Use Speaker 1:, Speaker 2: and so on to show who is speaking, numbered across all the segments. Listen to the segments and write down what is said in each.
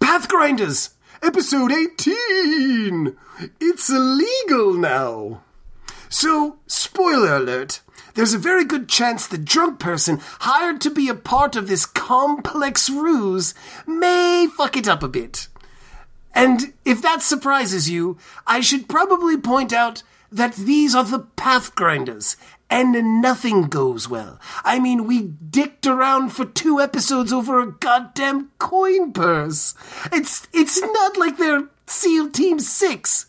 Speaker 1: Path Grinders, episode 18. It's illegal now. So, spoiler alert, there's a very good chance the drunk person hired to be a part of this complex ruse may fuck it up a bit. And if that surprises you, I should probably point out that these are the path grinders, and nothing goes well. I mean, we dicked around for two episodes over a goddamn coin purse. It's it's not like they're SEAL Team Six.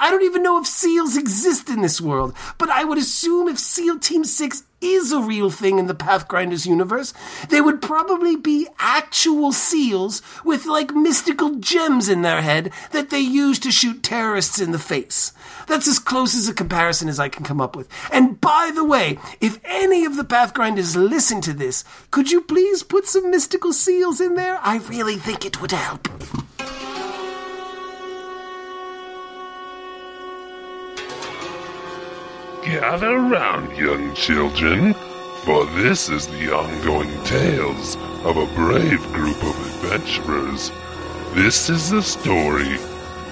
Speaker 1: I don't even know if SEALs exist in this world, but I would assume if SEAL Team 6 is a real thing in the Pathgrinders universe, they would probably be actual SEALs with like mystical gems in their head that they use to shoot terrorists in the face. That's as close as a comparison as I can come up with. And by the way, if any of the Pathgrinders listen to this, could you please put some mystical SEALs in there? I really think it would help.
Speaker 2: Gather round, young children, for this is the ongoing tales of a brave group of adventurers. This is the story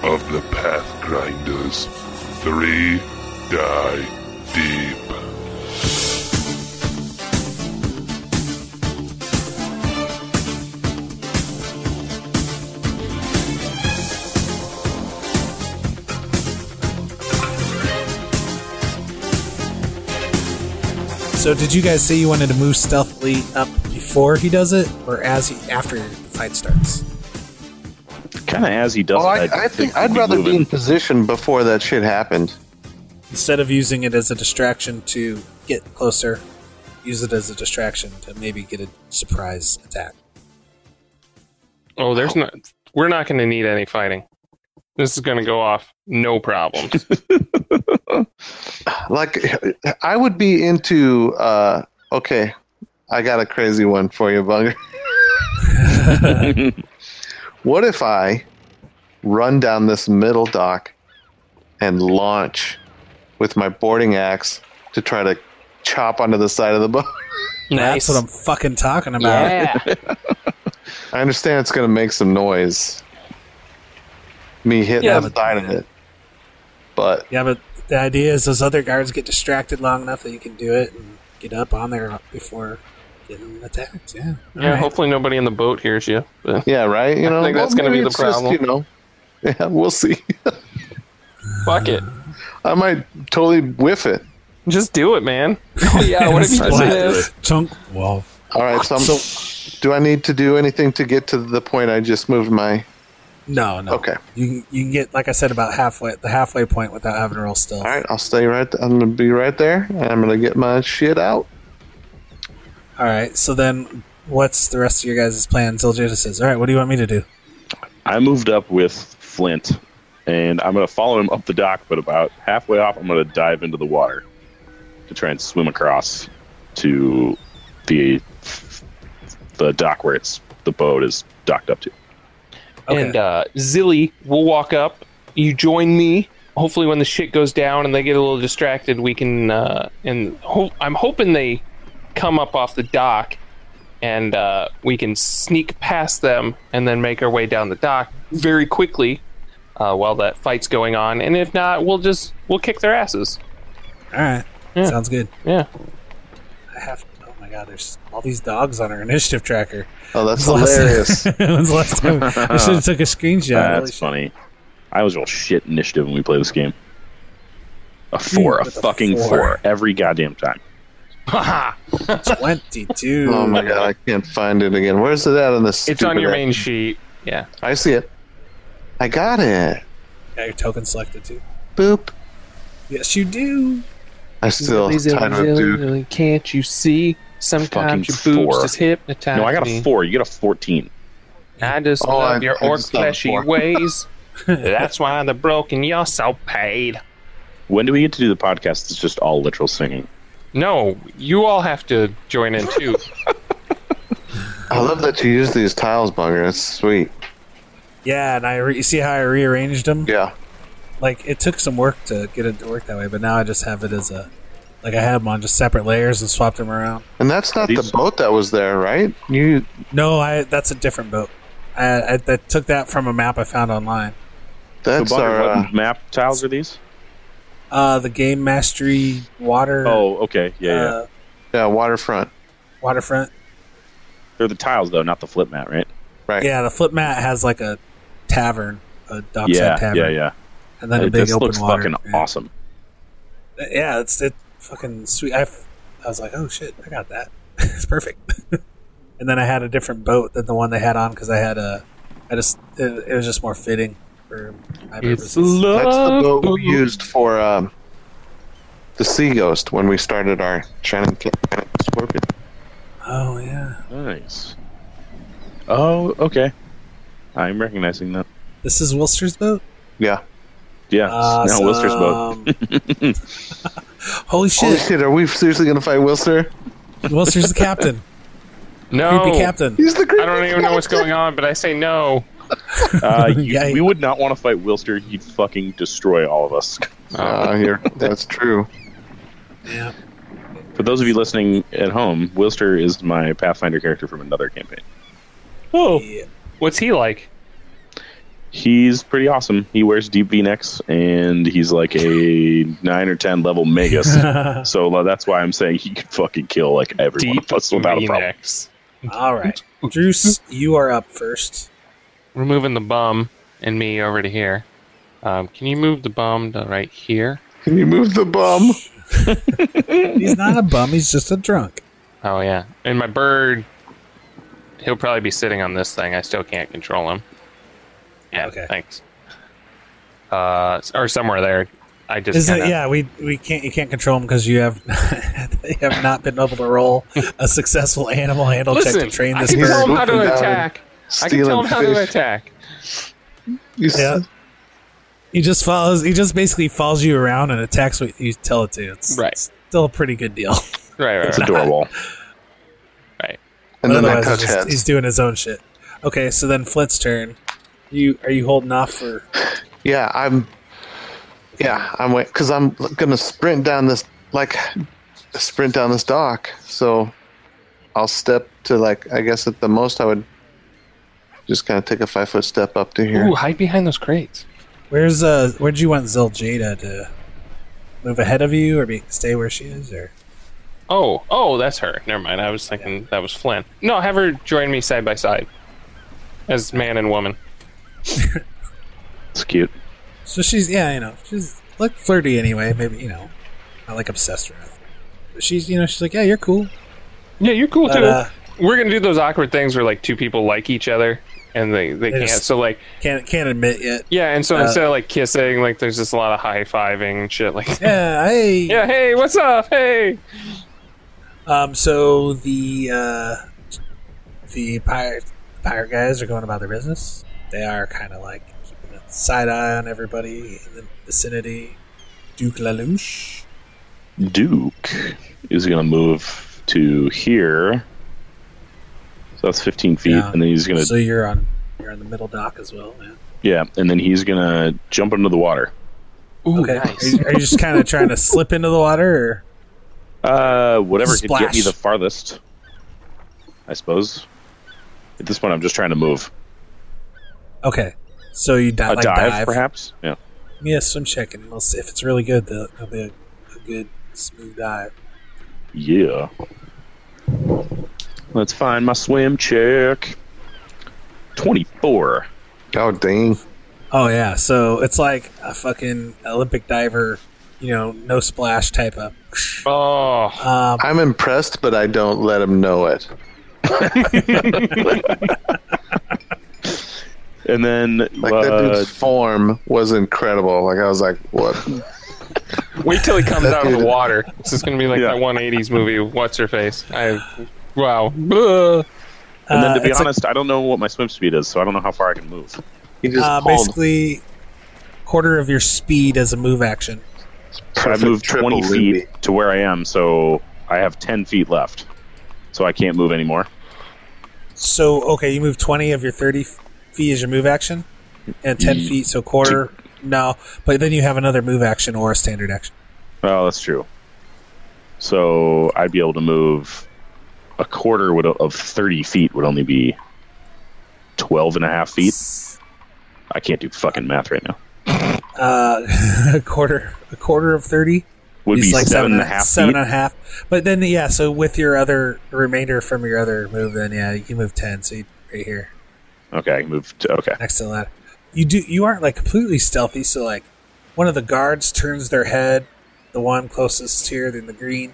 Speaker 2: of the Pathgrinders. Three die deep.
Speaker 3: So did you guys say you wanted to move stealthily up before he does it, or as he after the fight starts?
Speaker 4: Kind of as he does
Speaker 5: Oh,
Speaker 4: it.
Speaker 5: I, I think I'd rather be in position before that shit happened.
Speaker 3: Instead of using it as a distraction to get closer, use it as a distraction to maybe get a surprise attack.
Speaker 6: Oh, there's not. We're not going to need any fighting. This is going to go off no problems.
Speaker 5: Like, I would be into. uh Okay, I got a crazy one for you, Bunger. what if I run down this middle dock and launch with my boarding axe to try to chop onto the side of the boat?
Speaker 3: That's what I'm fucking talking about.
Speaker 5: I understand it's going to make some noise. Me hitting
Speaker 3: Yeah,
Speaker 5: the
Speaker 3: but-
Speaker 5: side of it, but
Speaker 3: Yeah, but the idea is those other guards get distracted long enough that you can do it and get up on there before getting attacked. Yeah.
Speaker 6: yeah, hopefully nobody in the boat hears you. But
Speaker 5: Yeah, right. You know,
Speaker 6: think that's gonna
Speaker 5: maybe
Speaker 6: be the
Speaker 5: it's just,
Speaker 6: problem.
Speaker 5: you know, yeah, we'll see.
Speaker 6: fuck it,
Speaker 5: I might totally whiff it.
Speaker 6: just do it, man. Oh, yeah, what if he
Speaker 3: Splat.
Speaker 6: does
Speaker 3: Chunk. Well,
Speaker 5: All right. So, I'm, do I need to do anything to get to the point I just moved my?
Speaker 3: no, no.
Speaker 5: Okay.
Speaker 3: You you can get like I said about halfway the halfway point without having to roll stealth.
Speaker 5: All right, I'll stay right. th- I'm gonna be right there, and I'm gonna get my shit out.
Speaker 3: All right. So then, what's the rest of your guys' plan? Ziljada says, "All right, what do you want me to do?"
Speaker 4: I moved up with Flint, and I'm going to follow him up the dock, but about halfway off, I'm going to dive into the water to try and swim across to the the dock where it's the boat is docked up to.
Speaker 3: Okay.
Speaker 6: And uh, Zilly will walk up. You join me. Hopefully, when the shit goes down and they get a little distracted, we can. Uh, and ho- I'm hoping they come up off the dock, and uh, we can sneak past them and then make our way down the dock very quickly uh, while that fight's going on. And if not, we'll just we'll kick their asses.
Speaker 3: All right.
Speaker 6: Yeah.
Speaker 3: Sounds good.
Speaker 6: Yeah.
Speaker 3: I have. Oh my god, there's all these dogs on our initiative tracker.
Speaker 5: Oh, that's
Speaker 3: When's the
Speaker 5: hilarious.
Speaker 3: last- When's the last time? I should have took a screenshot. Holy
Speaker 4: That's
Speaker 3: shit.
Speaker 4: funny. I was real shit initiative when we play this game. A four, a
Speaker 3: With a
Speaker 4: fucking
Speaker 3: four.
Speaker 4: four. every goddamn time.
Speaker 3: Twenty-two.
Speaker 5: oh my god, I can't find it again. Where's it at on this?
Speaker 6: It's on
Speaker 5: stupid
Speaker 6: your
Speaker 5: app?
Speaker 6: main sheet. Yeah.
Speaker 5: I see it. I got it.
Speaker 3: Got your token selected too.
Speaker 5: Boop.
Speaker 3: Yes, you do.
Speaker 5: I still tied up, dude.
Speaker 6: Can't you see? Sometimes
Speaker 4: Fucking
Speaker 6: your boobs
Speaker 4: four.
Speaker 6: just hypnotize
Speaker 4: No, I got
Speaker 6: me.
Speaker 4: a four. You got a fourteen.
Speaker 6: I just
Speaker 5: Oh,
Speaker 6: love
Speaker 5: I-
Speaker 6: your
Speaker 5: I
Speaker 6: orc
Speaker 5: just thought
Speaker 6: fleshy
Speaker 5: before.
Speaker 6: ways. That's why the broken you're so paid.
Speaker 4: When do we get to do the podcast? It's just all literal singing.
Speaker 6: No, you all have to join in too.
Speaker 5: I love that you use these tiles, Bunger. It's sweet.
Speaker 3: Yeah, and I re- you see how I rearranged them.
Speaker 5: Yeah.
Speaker 3: Like it took some work to get it to work that way, but now I just have it as a like I had them on just separate layers and swapped them around.
Speaker 5: And that's not the
Speaker 4: These-
Speaker 5: boat that was there, right? You
Speaker 3: No, I that's a different boat. I, I, I took that from a map I found online.
Speaker 5: That's
Speaker 4: Bunker,
Speaker 5: our.
Speaker 4: what
Speaker 5: Uh,
Speaker 4: map tiles are these?
Speaker 3: Uh, the game mastery water.
Speaker 4: Oh, okay. Yeah, yeah.
Speaker 3: uh,
Speaker 5: yeah, waterfront.
Speaker 3: waterfront.
Speaker 4: They're the tiles though, not the flip mat, right?
Speaker 5: Right.
Speaker 3: Yeah, the flip mat has like a tavern, a dockside
Speaker 4: Yeah,
Speaker 3: tavern,
Speaker 4: yeah, yeah.
Speaker 3: and then a
Speaker 4: Hey,
Speaker 3: big
Speaker 4: this
Speaker 3: open
Speaker 4: looks
Speaker 3: water.
Speaker 4: fucking
Speaker 3: yeah.
Speaker 4: awesome.
Speaker 3: Yeah, it's it fucking sweet. I, f- I was like, oh shit, I got that. it's perfect. and then I had a different boat than the one they had on because I had a, I just it, it was just more fitting for my
Speaker 6: It's
Speaker 3: purposes.
Speaker 6: love.
Speaker 5: That's
Speaker 3: Uh,
Speaker 5: the boat we used for um, the Sea Ghost when we started our Shining Ca- Scorpion.
Speaker 3: oh yeah,
Speaker 4: Nice. Oh, okay. I'm recognizing that.
Speaker 3: this is Wilster's boat.
Speaker 5: Yeah.
Speaker 4: Yeah, now Wilster's boat.
Speaker 3: Awesome. Holy
Speaker 5: Holy
Speaker 3: shit,
Speaker 5: shit, are we seriously going to fight Wilster?
Speaker 3: Wilster's the captain,
Speaker 6: No,
Speaker 3: creepy captain.
Speaker 5: He's the
Speaker 6: I don't even know what's going on, but I say no.
Speaker 4: Uh, you-
Speaker 3: Yeah.
Speaker 4: we would not want to fight Wilster. He'd fucking destroy all of us.
Speaker 5: Uh, here. That's true.
Speaker 3: Yeah.
Speaker 4: For those of you listening at home, Wilster is my Pathfinder character from another campaign.
Speaker 6: Oh,
Speaker 3: yeah.
Speaker 6: what's he like?
Speaker 4: He's pretty awesome. He wears deep V-necks, and he's like a nine or ten level magus. so uh, that's why I'm saying he could fucking kill like every one
Speaker 6: Deep
Speaker 4: of us without a problem.
Speaker 6: V-necks.
Speaker 3: All right, Druce, you are up first.
Speaker 6: We're moving the bum and me over to here. Um, can you move the bum to right here?
Speaker 5: Can you move the bum?
Speaker 3: He's not a bum; he's just a drunk.
Speaker 6: Oh yeah, and my bird. He'll probably be sitting on this thing. I still can't control him. Yeah.
Speaker 3: Okay.
Speaker 6: Thanks. Uh, or somewhere there. I just
Speaker 3: Is it?
Speaker 6: kinda-
Speaker 3: Yeah, we we can't you can't control them because you have you have not been able to roll a successful animal handle check to
Speaker 6: Listen,
Speaker 3: train
Speaker 6: I
Speaker 3: this
Speaker 6: can
Speaker 5: bird.
Speaker 6: tell
Speaker 3: bird.
Speaker 6: him how to
Speaker 5: Swooping down.
Speaker 6: attack. I can
Speaker 5: Stealing
Speaker 6: tell him how to
Speaker 5: fish.
Speaker 6: attack.
Speaker 5: You s-
Speaker 3: Yeah. He just follows. He just basically follows you around and attacks what you tell it to. It's
Speaker 6: Right.
Speaker 3: it's still a pretty good deal.
Speaker 6: Right, right,
Speaker 4: It's
Speaker 6: right.
Speaker 4: adorable.
Speaker 5: And then I
Speaker 3: Otherwise,
Speaker 5: touch
Speaker 3: he's just- he's
Speaker 5: heads.
Speaker 3: doing his own shit. Okay, so then Flint's turn. You are you holding off for?
Speaker 5: Yeah, I'm. Yeah, I'm wait because I'm gonna sprint down this like sprint down this dock. So I'll step to like I guess at the most I would just kind of take a five foot step up to here.
Speaker 6: Ooh, hide behind those crates.
Speaker 3: Where's uh? Where'd you want Zil Jada to move ahead of you or be stay where she is or?
Speaker 6: Oh, oh, that's her. Never mind. I was thinking that was Flynn. No, have her join me side by side, as man and woman.
Speaker 4: It's cute.
Speaker 3: So she's yeah, you know, she's like flirty anyway. Maybe you know, not like obsessed or anything. But she's you know, she's like, yeah, you're cool.
Speaker 6: Yeah, you're cool
Speaker 3: But,
Speaker 6: too.
Speaker 3: uh,
Speaker 6: We're gonna do those awkward things where like two people like each other and they
Speaker 3: They
Speaker 6: they can't.
Speaker 3: just-
Speaker 6: So like
Speaker 3: Can't can't admit yet.
Speaker 6: yeah, and so
Speaker 3: Uh,
Speaker 6: instead of like kissing, like there's just a lot of high fiving and shit. Like yeah.
Speaker 3: Yeah, hey.
Speaker 6: hey, what's up? Hey.
Speaker 3: Um. So the uh, the pirate pirate guys are going about their business. They are kind of like keeping a side eye on everybody in the vicinity. Duke Lalouche.
Speaker 4: Duke is going to move to here. So that's 15 feet,
Speaker 3: Yeah.
Speaker 4: and then he's going to
Speaker 3: So you're on you're on the middle dock as well, man.
Speaker 4: yeah, and then he's going to jump into the water.
Speaker 6: Ooh,
Speaker 3: Okay.
Speaker 6: nice.
Speaker 3: Are, you, are you just kind of trying to slip into the water? Or?
Speaker 4: Uh, whatever could get me
Speaker 3: Splash.
Speaker 4: the farthest, I suppose. At this point, I'm just trying to move.
Speaker 3: Okay. So you di-
Speaker 4: A
Speaker 3: like
Speaker 4: dive,
Speaker 3: dive.
Speaker 4: perhaps. Yeah.
Speaker 3: Yeah, swim check, and we'll see if it's really good. They'll, it'll be a, a good smooth dive.
Speaker 4: Yeah. Let's find my swim check. 24.
Speaker 5: Oh dang!
Speaker 3: Oh yeah, so it's like a fucking Olympic diver, you know, no splash type of.
Speaker 6: Oh,
Speaker 3: Um,
Speaker 5: I'm impressed, but I don't let him know it.
Speaker 4: And then
Speaker 5: Like that
Speaker 4: uh,
Speaker 5: dude's form was incredible. Like I was like, what?
Speaker 6: wait till he comes out of the water. This is gonna be like
Speaker 4: Yeah.
Speaker 6: that 180s movie. What's her face? I wow. Blah.
Speaker 4: and then
Speaker 3: uh,
Speaker 4: to be
Speaker 3: it's like-
Speaker 4: honest, I don't know what my swim speed is, so I don't know how far I can move.
Speaker 5: He just
Speaker 3: uh,
Speaker 5: pulled.
Speaker 3: basically quarter of your speed as a move action.
Speaker 4: So I
Speaker 5: Perfect
Speaker 4: moved 20
Speaker 5: triple
Speaker 4: feet
Speaker 5: Ruby.
Speaker 4: to where I am, so I have 10 feet left. So I can't move anymore.
Speaker 3: So okay, you move twenty of your thirty f- feet as your move action, and ten feet, so quarter. No, but then you have another move action or a standard action.
Speaker 4: Oh, that's true. So I'd be able to move a quarter would, of 30 feet would only be 12 and a half feet. I can't do fucking math right now.
Speaker 3: Uh, a quarter, a quarter of thirty.
Speaker 4: Would
Speaker 3: It's
Speaker 4: be seven and a
Speaker 3: and-
Speaker 4: half
Speaker 3: seven
Speaker 4: feet.
Speaker 3: and a half. But then, yeah. So with your other remainder from your other move, then yeah, you can move ten. So you right here
Speaker 4: Okay, I can move to. Okay.
Speaker 3: next to the ladder. You do. You aren't like completely stealthy. So like, one of the guards turns their head. The one closest here in the green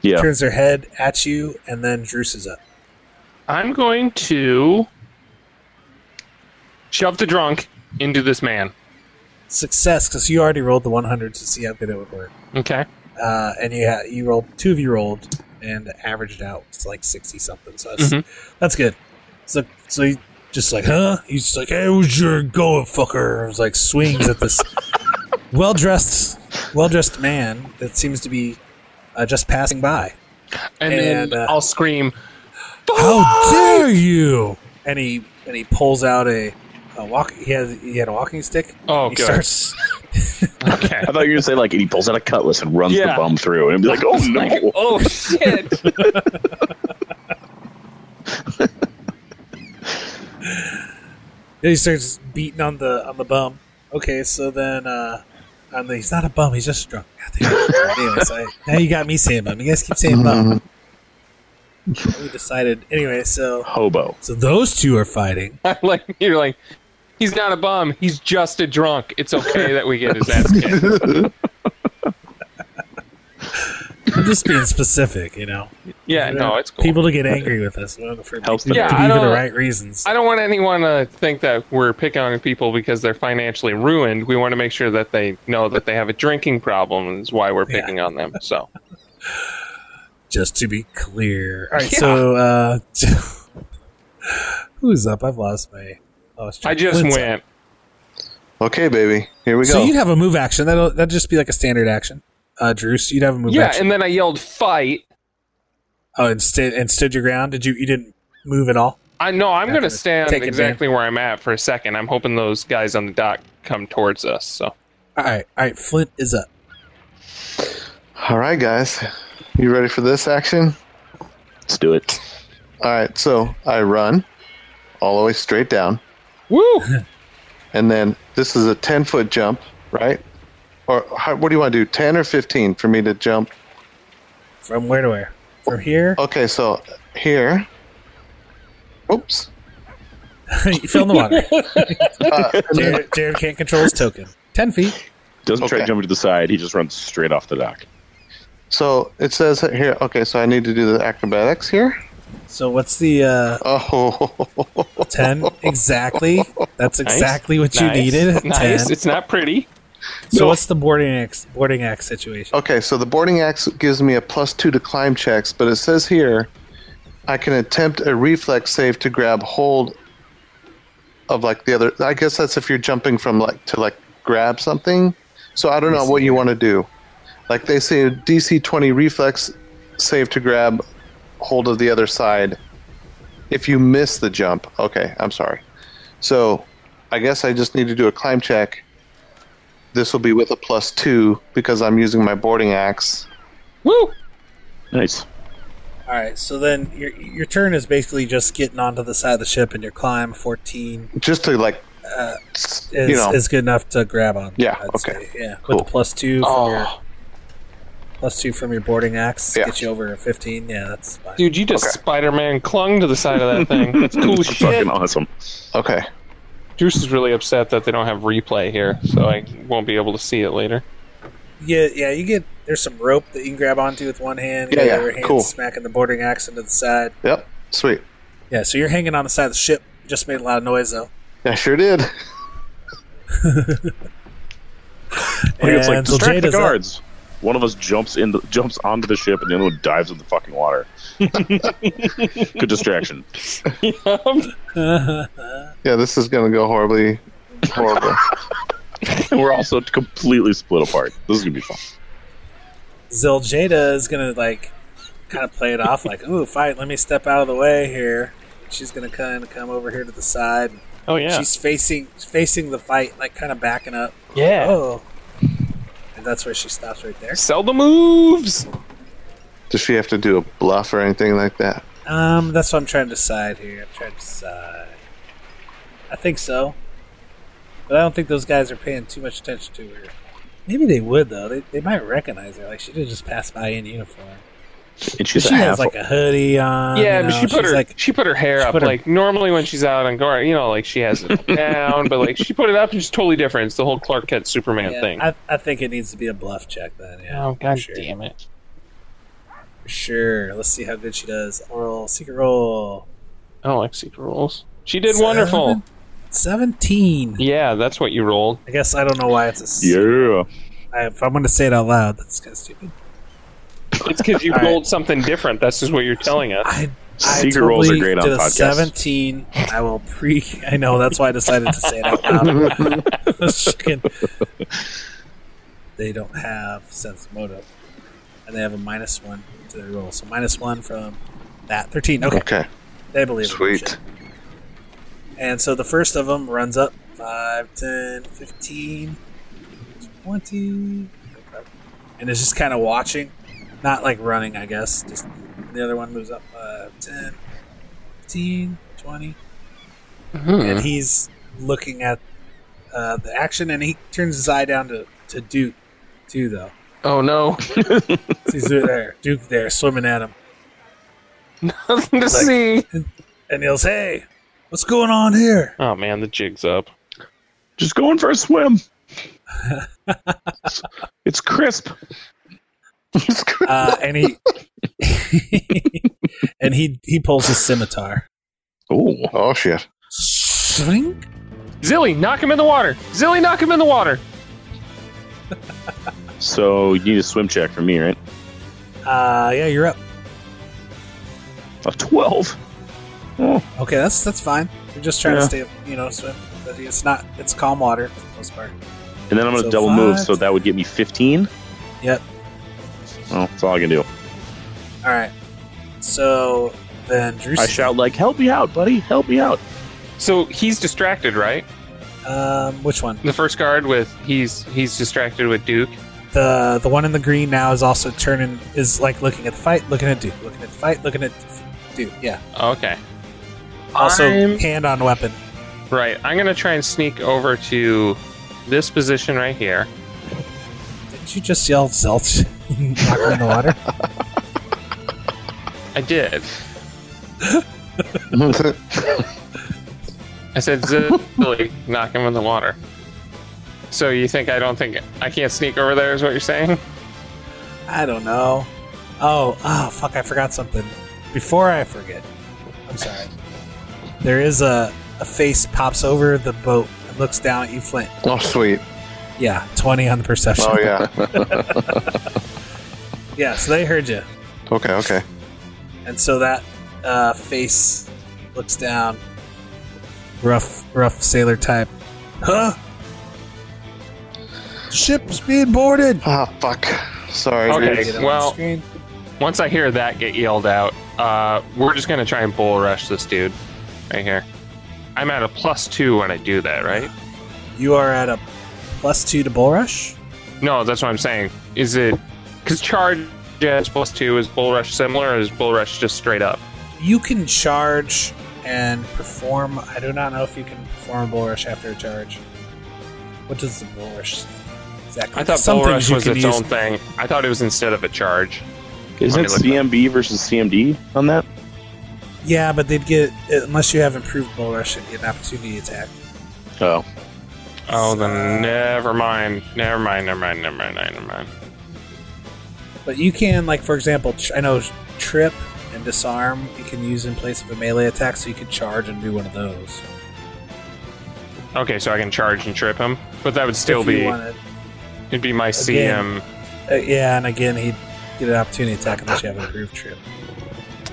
Speaker 4: Yeah.
Speaker 3: turns their head at you, and then Druce is up.
Speaker 6: I'm going to shove the drunk into this man.
Speaker 3: Success, because you already rolled the one hundred to see how good it would work.
Speaker 6: Okay.
Speaker 3: uh, and you ha- you rolled two of you rolled and averaged out to like sixty something. So that's,
Speaker 6: Mhm.
Speaker 3: that's good. So so you just like huh? He's just like, hey, where's your going, fucker? I was like swings at this well dressed well dressed man that seems to be uh, just passing by.
Speaker 6: And,
Speaker 3: And,
Speaker 6: then
Speaker 3: uh,
Speaker 6: I'll scream,
Speaker 3: How dare you? And he and he pulls out a, a walk. He has he had a walking stick.
Speaker 6: Oh,
Speaker 3: he
Speaker 6: good.
Speaker 3: starts
Speaker 6: Okay.
Speaker 4: I thought you were going to say, like, he pulls out a cutlass and runs
Speaker 6: Yeah.
Speaker 4: the bum through. And it'd be like, oh, no.
Speaker 6: oh, shit.
Speaker 3: Then he starts beating on the on the bum. Okay, so then uh on the, he's not a bum, he's just drunk. God damn it. Anyways, I, now you got me saying bum. You guys keep saying bum. we decided anyway,
Speaker 4: oh.
Speaker 3: so
Speaker 4: Hobo.
Speaker 3: so those two are fighting.
Speaker 6: I'm like, you're like, he's not a bum. He's just a drunk. It's okay that we get his ass kicked.
Speaker 3: I'm just being specific, you know.
Speaker 6: Yeah, no, it's cool.
Speaker 3: People to get angry with us well, for,
Speaker 4: Helps
Speaker 3: to,
Speaker 4: them.
Speaker 6: Yeah,
Speaker 3: to
Speaker 6: I
Speaker 3: be for the
Speaker 6: don't-
Speaker 3: right reasons.
Speaker 6: I don't want anyone to think that we're picking on people because they're financially ruined. We want to make sure that they know that they have a drinking problem, and is why we're
Speaker 3: Yeah.
Speaker 6: picking on them. So,
Speaker 3: just to be clear. All right,
Speaker 6: Yeah.
Speaker 3: so uh who's up? I've lost my oh,
Speaker 6: I just
Speaker 3: Flint's up.
Speaker 6: went.
Speaker 5: Okay, baby. Here we go.
Speaker 3: So you'd have a move action. That'll that'd just be like a standard action. Uh Drew, so you'd have a move
Speaker 6: Yeah,
Speaker 3: action.
Speaker 6: and then I yelled fight.
Speaker 3: Oh, and stood and stood your ground. Did you? You didn't move at all.
Speaker 6: I know I'm going to stand
Speaker 3: Take
Speaker 6: exactly where I'm at for a second. I'm hoping those guys on the dock come towards us. So,
Speaker 3: All right, all right. Flint is up.
Speaker 5: All right, guys. You ready for this action?
Speaker 4: Let's do it.
Speaker 5: All right. So I run all the way straight down.
Speaker 6: woo!
Speaker 5: And then this is a 10 foot jump, right? Or how, what do you want to do? 10 or 15 for me to jump?
Speaker 3: From where to where? From
Speaker 6: Oh.
Speaker 3: here.
Speaker 5: Okay, so here. Oops.
Speaker 3: you fell in the water.
Speaker 5: Uh, and then-
Speaker 3: Jared, Jared can't control his token. Ten feet.
Speaker 4: Doesn't try
Speaker 5: Okay.
Speaker 4: to jump to the side. He just runs straight off the dock.
Speaker 5: so it says here. Okay, so I need to do the acrobatics here.
Speaker 3: So what's the uh,
Speaker 5: Oh,
Speaker 3: ten exactly? That's exactly what you
Speaker 6: Nice.
Speaker 3: needed.
Speaker 6: Nice.
Speaker 3: Ten.
Speaker 6: It's not pretty.
Speaker 3: So what's the boarding axe? Boarding axe situation.
Speaker 5: okay. So the boarding axe gives me a plus two to climb checks, but it says here I can attempt a reflex save to grab hold of like the other. I guess that's if you're jumping from like to like grab something. So I don't know what you want to do. Like they say, DC 20 reflex save to grab hold of the other side. If you miss the jump, okay, I'm sorry. So I guess I just need to do a climb check. This will be with a plus two because I'm using my boarding axe.
Speaker 6: Woo!
Speaker 4: Nice.
Speaker 3: All right. So then your your turn is basically just getting onto the side of the ship, and your climb fourteen
Speaker 5: just to like
Speaker 3: Uh,
Speaker 5: s-
Speaker 3: is,
Speaker 5: you know
Speaker 3: is good enough to grab on.
Speaker 5: Yeah,
Speaker 3: I'd
Speaker 5: okay.
Speaker 3: say. Yeah.
Speaker 5: Cool.
Speaker 3: With the plus two. From
Speaker 6: Oh.
Speaker 3: your, plus two from your boarding axe
Speaker 5: Yeah.
Speaker 3: get you over fifteen. Yeah, that's fine.
Speaker 6: Dude, you just Spider Man clung to the side of that thing. It's cool
Speaker 4: It's
Speaker 6: shit.
Speaker 4: fucking awesome.
Speaker 5: okay
Speaker 6: Juice is really upset that they don't have replay here, so I won't be able to see it later.
Speaker 3: Yeah, yeah. You get there's some rope that you can grab onto with one hand. you got
Speaker 5: Yeah, yeah,
Speaker 3: your other hand
Speaker 5: cool.
Speaker 3: Smacking the boarding axe into the side.
Speaker 5: yep sweet
Speaker 3: Yeah. So you're hanging on the side of the ship. You Just made a lot of noise though.
Speaker 5: I sure did
Speaker 4: Look, it's like
Speaker 3: And so
Speaker 4: distract the
Speaker 3: Jada's up.
Speaker 4: guards. One of us jumps in, the, jumps onto the ship, and the other one dives in the fucking water. Good distraction.
Speaker 5: yeah this is gonna go horribly horrible
Speaker 4: And we're also completely split apart. This is gonna be fun.
Speaker 3: Ziljada is gonna like kind of play it off like, "Ooh, fight! Let me step out of the way here." She's gonna kind of come over here to the side.
Speaker 6: Oh, yeah.
Speaker 3: She's facing facing the fight, like kind of backing up.
Speaker 6: yeah.
Speaker 3: Oh. And that's where she stops right there.
Speaker 6: Sell the moves!
Speaker 5: does she have to do a bluff or anything like that
Speaker 3: Um, that's what I'm trying to decide here. I'm trying to decide. I think so. But I don't think those guys are paying too much attention to her. Maybe they would though. They, they might recognize her. Like she did just pass by in uniform.
Speaker 4: And she's
Speaker 3: She
Speaker 4: a
Speaker 3: has
Speaker 4: half.
Speaker 3: like a hoodie on.
Speaker 6: yeah,
Speaker 3: you
Speaker 6: but
Speaker 3: know,
Speaker 6: she put
Speaker 3: she's
Speaker 6: her
Speaker 3: like
Speaker 6: she put her hair up
Speaker 3: put her-
Speaker 6: like normally when she's out on guard, you know, like she has it down, but like she put it up and it's totally different. It's the whole Clark Kent Superman
Speaker 3: yeah,
Speaker 6: thing.
Speaker 3: I, I think it needs to be a bluff check then. Yeah.
Speaker 6: oh god
Speaker 3: sure.
Speaker 6: damn it!
Speaker 3: For sure. Let's see how good she does. I'll Roll secret roll.
Speaker 6: I don't like secret rolls. She did
Speaker 3: Seven.
Speaker 6: wonderful.
Speaker 3: Seventeen.
Speaker 6: Yeah, that's what you rolled.
Speaker 3: I guess I don't know why it's a. s-
Speaker 4: Yeah.
Speaker 3: I, if I'm going to say it out loud, that's kind of stupid.
Speaker 6: It's because you
Speaker 3: All right.
Speaker 6: rolled something different. That's just what you're telling us.
Speaker 3: I,
Speaker 4: Secret
Speaker 3: I
Speaker 4: rolls are
Speaker 3: totally
Speaker 4: great on
Speaker 3: did a
Speaker 4: podcasts.
Speaker 3: 17. I will pre. I know, that's why I decided to say it out loud. Fucking- they don't have sense of motive. And they have a minus one to their roll. So minus one from that. 13. Okay.
Speaker 5: Okay.
Speaker 3: They believe it.
Speaker 5: Sweet.
Speaker 3: And so the first of them runs up 5, 10, 15, 20. And is just kind of watching. Not like running, I guess. Just the other one moves up 5, 10, 15, 20. And he's looking at uh, the action and he turns his eye down to, to Duke, too, though.
Speaker 6: Oh no,
Speaker 3: He's there. Duke there, swimming at him.
Speaker 6: nothing to see.
Speaker 3: And he'll say, Hey, what's going on here?
Speaker 6: Oh man, the jig's up.
Speaker 4: Just going for a swim. it's crisp.
Speaker 3: uh, and he and he he pulls his scimitar.
Speaker 5: Oh. Oh shit.
Speaker 3: Swing.
Speaker 6: Zilly, knock him in the water. Zilly, knock him in the water.
Speaker 4: So you need a swim check from me, right?
Speaker 3: Uh, yeah, you're up.
Speaker 4: A 12. Oh,
Speaker 3: Okay, that's that's fine. We're just trying
Speaker 4: Yeah.
Speaker 3: to stay, you know, swim. But It's not. It's calm water for the most part.
Speaker 4: and then I'm going
Speaker 3: So
Speaker 4: to double move,
Speaker 3: five.
Speaker 4: so that would get me 15.
Speaker 3: Yep.
Speaker 4: Oh, that's all I can do.
Speaker 3: All right. So then, Drew.
Speaker 4: I shout, like, help me out, buddy. Help me out.
Speaker 6: So he's distracted, right?
Speaker 3: Um, which one?
Speaker 6: The first guard with he's he's distracted with Duke.
Speaker 3: The the one in the green now is also turning. Is like looking at the fight, looking at Duke, looking at the fight, looking at Duke. Yeah.
Speaker 6: Okay.
Speaker 3: Also,
Speaker 6: I'm-
Speaker 3: hand on weapon.
Speaker 6: Right. I'm gonna try and sneak over to this position right here.
Speaker 3: Did you just yell Zelch? Knock her in the water.
Speaker 6: I did. I said Zilly, knock him in the water. So you think I don't think I can't sneak over there? Is what you're saying?
Speaker 3: I don't know. Oh, oh, fuck! I forgot something. Before I forget, I'm sorry. There is a a face pops over the boat and looks down at you, Flint.
Speaker 5: oh sweet.
Speaker 3: Yeah, twenty on the perception.
Speaker 5: Oh yeah.
Speaker 3: Yeah, so they heard you,
Speaker 5: Okay. Okay.
Speaker 3: and so that uh, face looks down. Rough, rough sailor type. Huh? Ship's being boarded.
Speaker 5: Ah fuck. Sorry.
Speaker 6: Okay.
Speaker 5: dude.
Speaker 3: Get it on
Speaker 6: well-
Speaker 3: screen.
Speaker 6: Once I hear that get yelled out, uh, we're just gonna try and bull rush this dude right here. I'm at a plus two when I do that, right?
Speaker 3: you are at a plus two to bull rush.
Speaker 6: No, that's what I'm saying. Is it because charge is plus two? Is bull rush similar? Or is bull rush just straight up?
Speaker 3: You can charge and perform. I do not know if you can perform a bull rush after a charge. What does the bull rush exactly?
Speaker 6: I thought
Speaker 3: Some
Speaker 6: bull
Speaker 3: things
Speaker 6: rush
Speaker 3: you
Speaker 6: was
Speaker 3: can
Speaker 6: its
Speaker 3: use-
Speaker 6: own thing. I thought it was instead of a charge.
Speaker 4: Isn't it
Speaker 6: Let me
Speaker 4: CMB versus CMD on that?
Speaker 3: Yeah, but they'd get unless you have improved bull rush, it'd get an opportunity attack.
Speaker 4: Oh.
Speaker 6: Oh,
Speaker 3: Uh,
Speaker 6: then never mind. Never mind. Never mind. Never mind. Never mind.
Speaker 3: But you can, like for example, tr- I know trip and disarm you can use in place of a melee attack, so you could charge and do one of those.
Speaker 6: Okay, so I can charge and trip him, but that would still
Speaker 3: If you
Speaker 6: be
Speaker 3: wanted.
Speaker 6: it'd be my CM.
Speaker 3: Uh, yeah, and again, he'd get an opportunity attack unless you have an improved trip.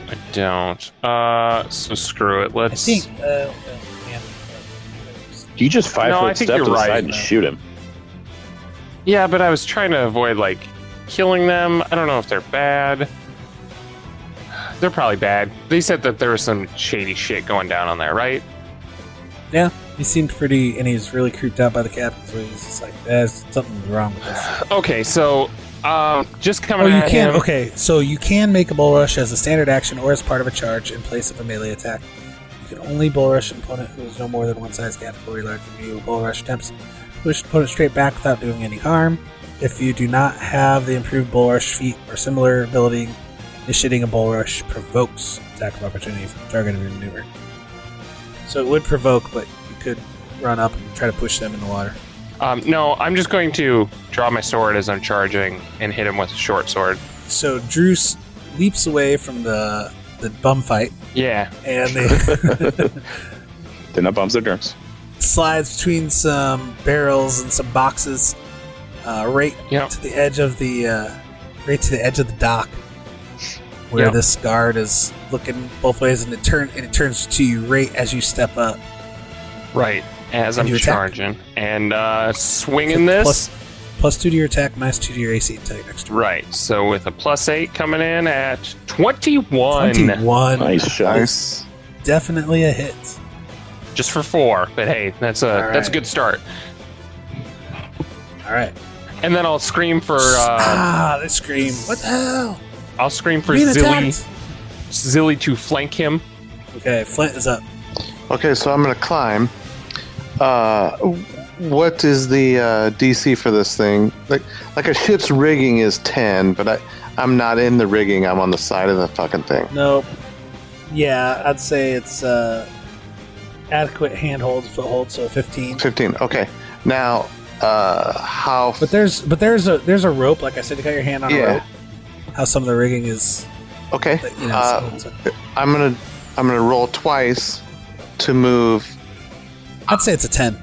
Speaker 6: I don't. Uh, so screw it.
Speaker 3: I
Speaker 6: Let's.
Speaker 3: think. Uh, uh, yeah.
Speaker 4: You just five
Speaker 6: No, I
Speaker 4: foot
Speaker 6: think
Speaker 4: step
Speaker 6: you're
Speaker 4: to the
Speaker 6: right.
Speaker 4: side and shoot him.
Speaker 6: Yeah, but I was trying to avoid like killing them. I don't know if they're bad. They're probably bad. They said that there was some shady shit going down on there, right?
Speaker 3: Yeah, he seemed pretty, and he was really creeped out by the captain. So he's just like, "There's something wrong with this."
Speaker 6: Okay, so um, just
Speaker 3: Oh,
Speaker 6: coming
Speaker 3: you
Speaker 6: at
Speaker 3: can.
Speaker 6: him.
Speaker 3: Okay, so you can make a bull rush as a standard action or as part of a charge in place of a melee attack. You can only bull rush an opponent who is no more than one size category larger than you. Bull rush attempts push the opponent straight back without doing any harm. If you do not have the improved bull rush feat or similar ability, initiating a bull rush provokes attack of opportunity from the target of your maneuver. So it would provoke, but you could run up and try to push them in the water.
Speaker 6: Um, no, I'm just going to draw my sword as I'm charging and hit him with a short sword.
Speaker 3: So Drew s- leaps away from the the bum fight
Speaker 6: Yeah.
Speaker 3: and they
Speaker 4: Then that bumps their drums.
Speaker 3: slides between some barrels and some boxes, uh, right
Speaker 6: Yep.
Speaker 3: to the edge of the uh, right to the edge of the dock, where
Speaker 6: Yep.
Speaker 3: this guard is looking both ways, and it turn and it turns to you right as you step up.
Speaker 6: Right. As
Speaker 3: And
Speaker 6: I'm
Speaker 3: you attack.
Speaker 6: charging and uh, swinging this.
Speaker 3: Plus, plus two to your attack, minus two to your AC until your next turn.
Speaker 6: Right. So with a plus eight coming in at 21,
Speaker 3: Twenty-one,
Speaker 4: Nice shot.
Speaker 5: Nice.
Speaker 3: definitely a hit.
Speaker 6: just for four. But hey, that's a
Speaker 3: All
Speaker 6: that's
Speaker 3: right.
Speaker 6: a good start.
Speaker 3: All right.
Speaker 6: And then I'll scream for uh,
Speaker 3: ah, they scream! What the hell?
Speaker 6: I'll scream for
Speaker 3: Being
Speaker 6: Zilly
Speaker 3: attacked.
Speaker 6: Zilly to flank him.
Speaker 3: Okay, Flint is up.
Speaker 5: Okay, so I'm gonna climb. Uh, what is the uh, DC for this thing? Like, like a ship's rigging is ten, but I, I'm not in the rigging. I'm on the side of the fucking thing.
Speaker 3: Nope. Yeah, I'd say it's uh, adequate handholds, foothold, so fifteen.
Speaker 5: Fifteen. Okay. Now, uh, how?
Speaker 3: But there's but there's a there's a rope. Like I said, you got your hand on a
Speaker 5: Yeah.
Speaker 3: rope. How some of the rigging is,
Speaker 5: Okay.
Speaker 3: like, you know.
Speaker 5: Uh,
Speaker 3: so- so-
Speaker 5: I'm gonna, I'm gonna roll twice to move.
Speaker 3: I'd say it's a ten.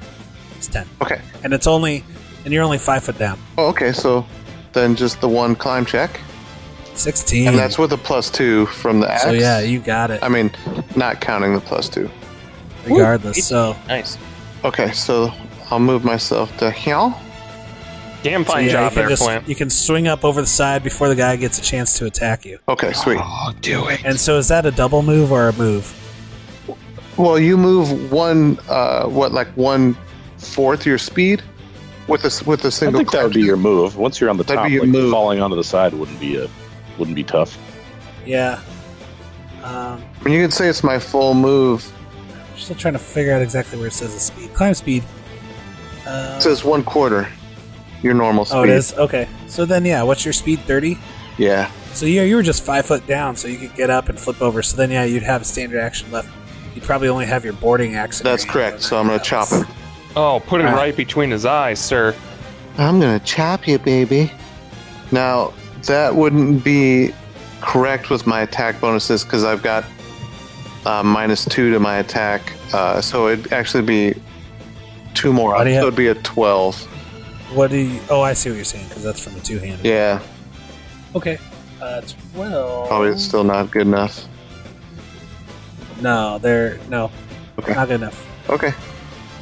Speaker 3: It's ten,
Speaker 5: Okay.
Speaker 3: and it's only and you're only five foot down.
Speaker 5: Oh, okay. So, then just the one climb check,
Speaker 3: Sixteen.
Speaker 5: and that's with a plus two from the axe.
Speaker 3: so yeah, you got it.
Speaker 5: I mean, not counting the plus two.
Speaker 3: regardless, so
Speaker 6: Nice.
Speaker 5: Okay, so I'll move myself to here.
Speaker 6: Damn
Speaker 3: so
Speaker 6: fine
Speaker 3: yeah,
Speaker 6: job
Speaker 3: you can
Speaker 6: there,
Speaker 3: just
Speaker 6: Flint.
Speaker 3: you can swing up over the side before the guy gets a chance to attack you.
Speaker 5: Okay, sweet.
Speaker 6: Oh, do it.
Speaker 3: And so is that a double move or a move?
Speaker 5: Well, you move one, uh, what, like one fourth your speed with a s- with a
Speaker 4: I
Speaker 5: single.
Speaker 4: think that would be your move. Once you're on the
Speaker 5: That'd
Speaker 4: top,
Speaker 5: be your
Speaker 4: like,
Speaker 5: move.
Speaker 4: falling onto the side wouldn't be a wouldn't be tough.
Speaker 3: Yeah. Um,
Speaker 5: I mean, you could say it's my full move.
Speaker 3: I'm still trying to figure out exactly where it says the speed. Climb speed. Uh,
Speaker 5: It says one quarter, your normal speed.
Speaker 3: oh, it is okay. So then, yeah, what's your speed? Thirty.
Speaker 5: Yeah.
Speaker 3: So yeah, you were just five foot down, so you could get up and flip over. So then, yeah, you'd have a standard action left. You'd probably only have your boarding action.
Speaker 5: That's correct, so I'm gonna chop him.
Speaker 6: Oh, put it
Speaker 3: Right.
Speaker 6: right. between his eyes, sir.
Speaker 5: I'm gonna chop you, baby. Now that wouldn't be correct with my attack bonuses because I've got uh, minus two to my attack, uh, so it'd actually be two more.
Speaker 3: What
Speaker 5: Up,
Speaker 3: do you
Speaker 5: so
Speaker 3: have?
Speaker 5: it'd be a twelve.
Speaker 3: What do you? Oh, I see what you're saying because that's from a two-handed.
Speaker 5: Yeah,
Speaker 3: Okay. Uh, twelve.
Speaker 5: probably still not good enough.
Speaker 3: No, they're no,
Speaker 5: Okay.
Speaker 3: not good enough.
Speaker 5: Okay,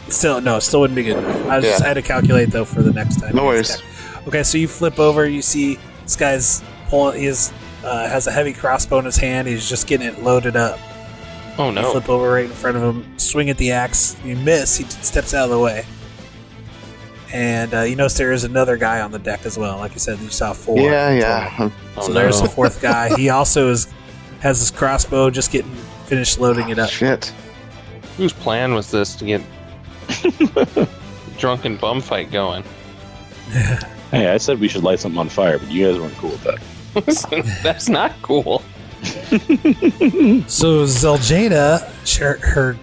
Speaker 3: Still, no, still wouldn't be good enough. I was just
Speaker 5: Yeah.
Speaker 3: I had to calculate though for the next time.
Speaker 5: No worries.
Speaker 3: Okay, so you flip over, you see this guy's pulling. He is, uh, has a heavy crossbow in his hand. He's just getting it loaded up.
Speaker 6: Oh
Speaker 3: You
Speaker 6: no.
Speaker 3: Flip over right in front of him, swing at the axe. You miss. He steps out of the way, and uh, you notice there is another guy on the deck as well. Like you said, you saw four.
Speaker 5: yeah, yeah.
Speaker 6: Oh,
Speaker 3: So
Speaker 6: no.
Speaker 3: there's the fourth guy. He also is has his crossbow, just getting finished loading it up.
Speaker 5: Oh, Shit.
Speaker 6: Whose plan was this to get drunken bum fight going?
Speaker 4: Hey, I said we should light something on fire, but you guys weren't cool with that.
Speaker 6: That's not cool.
Speaker 3: So Zeljada, her, her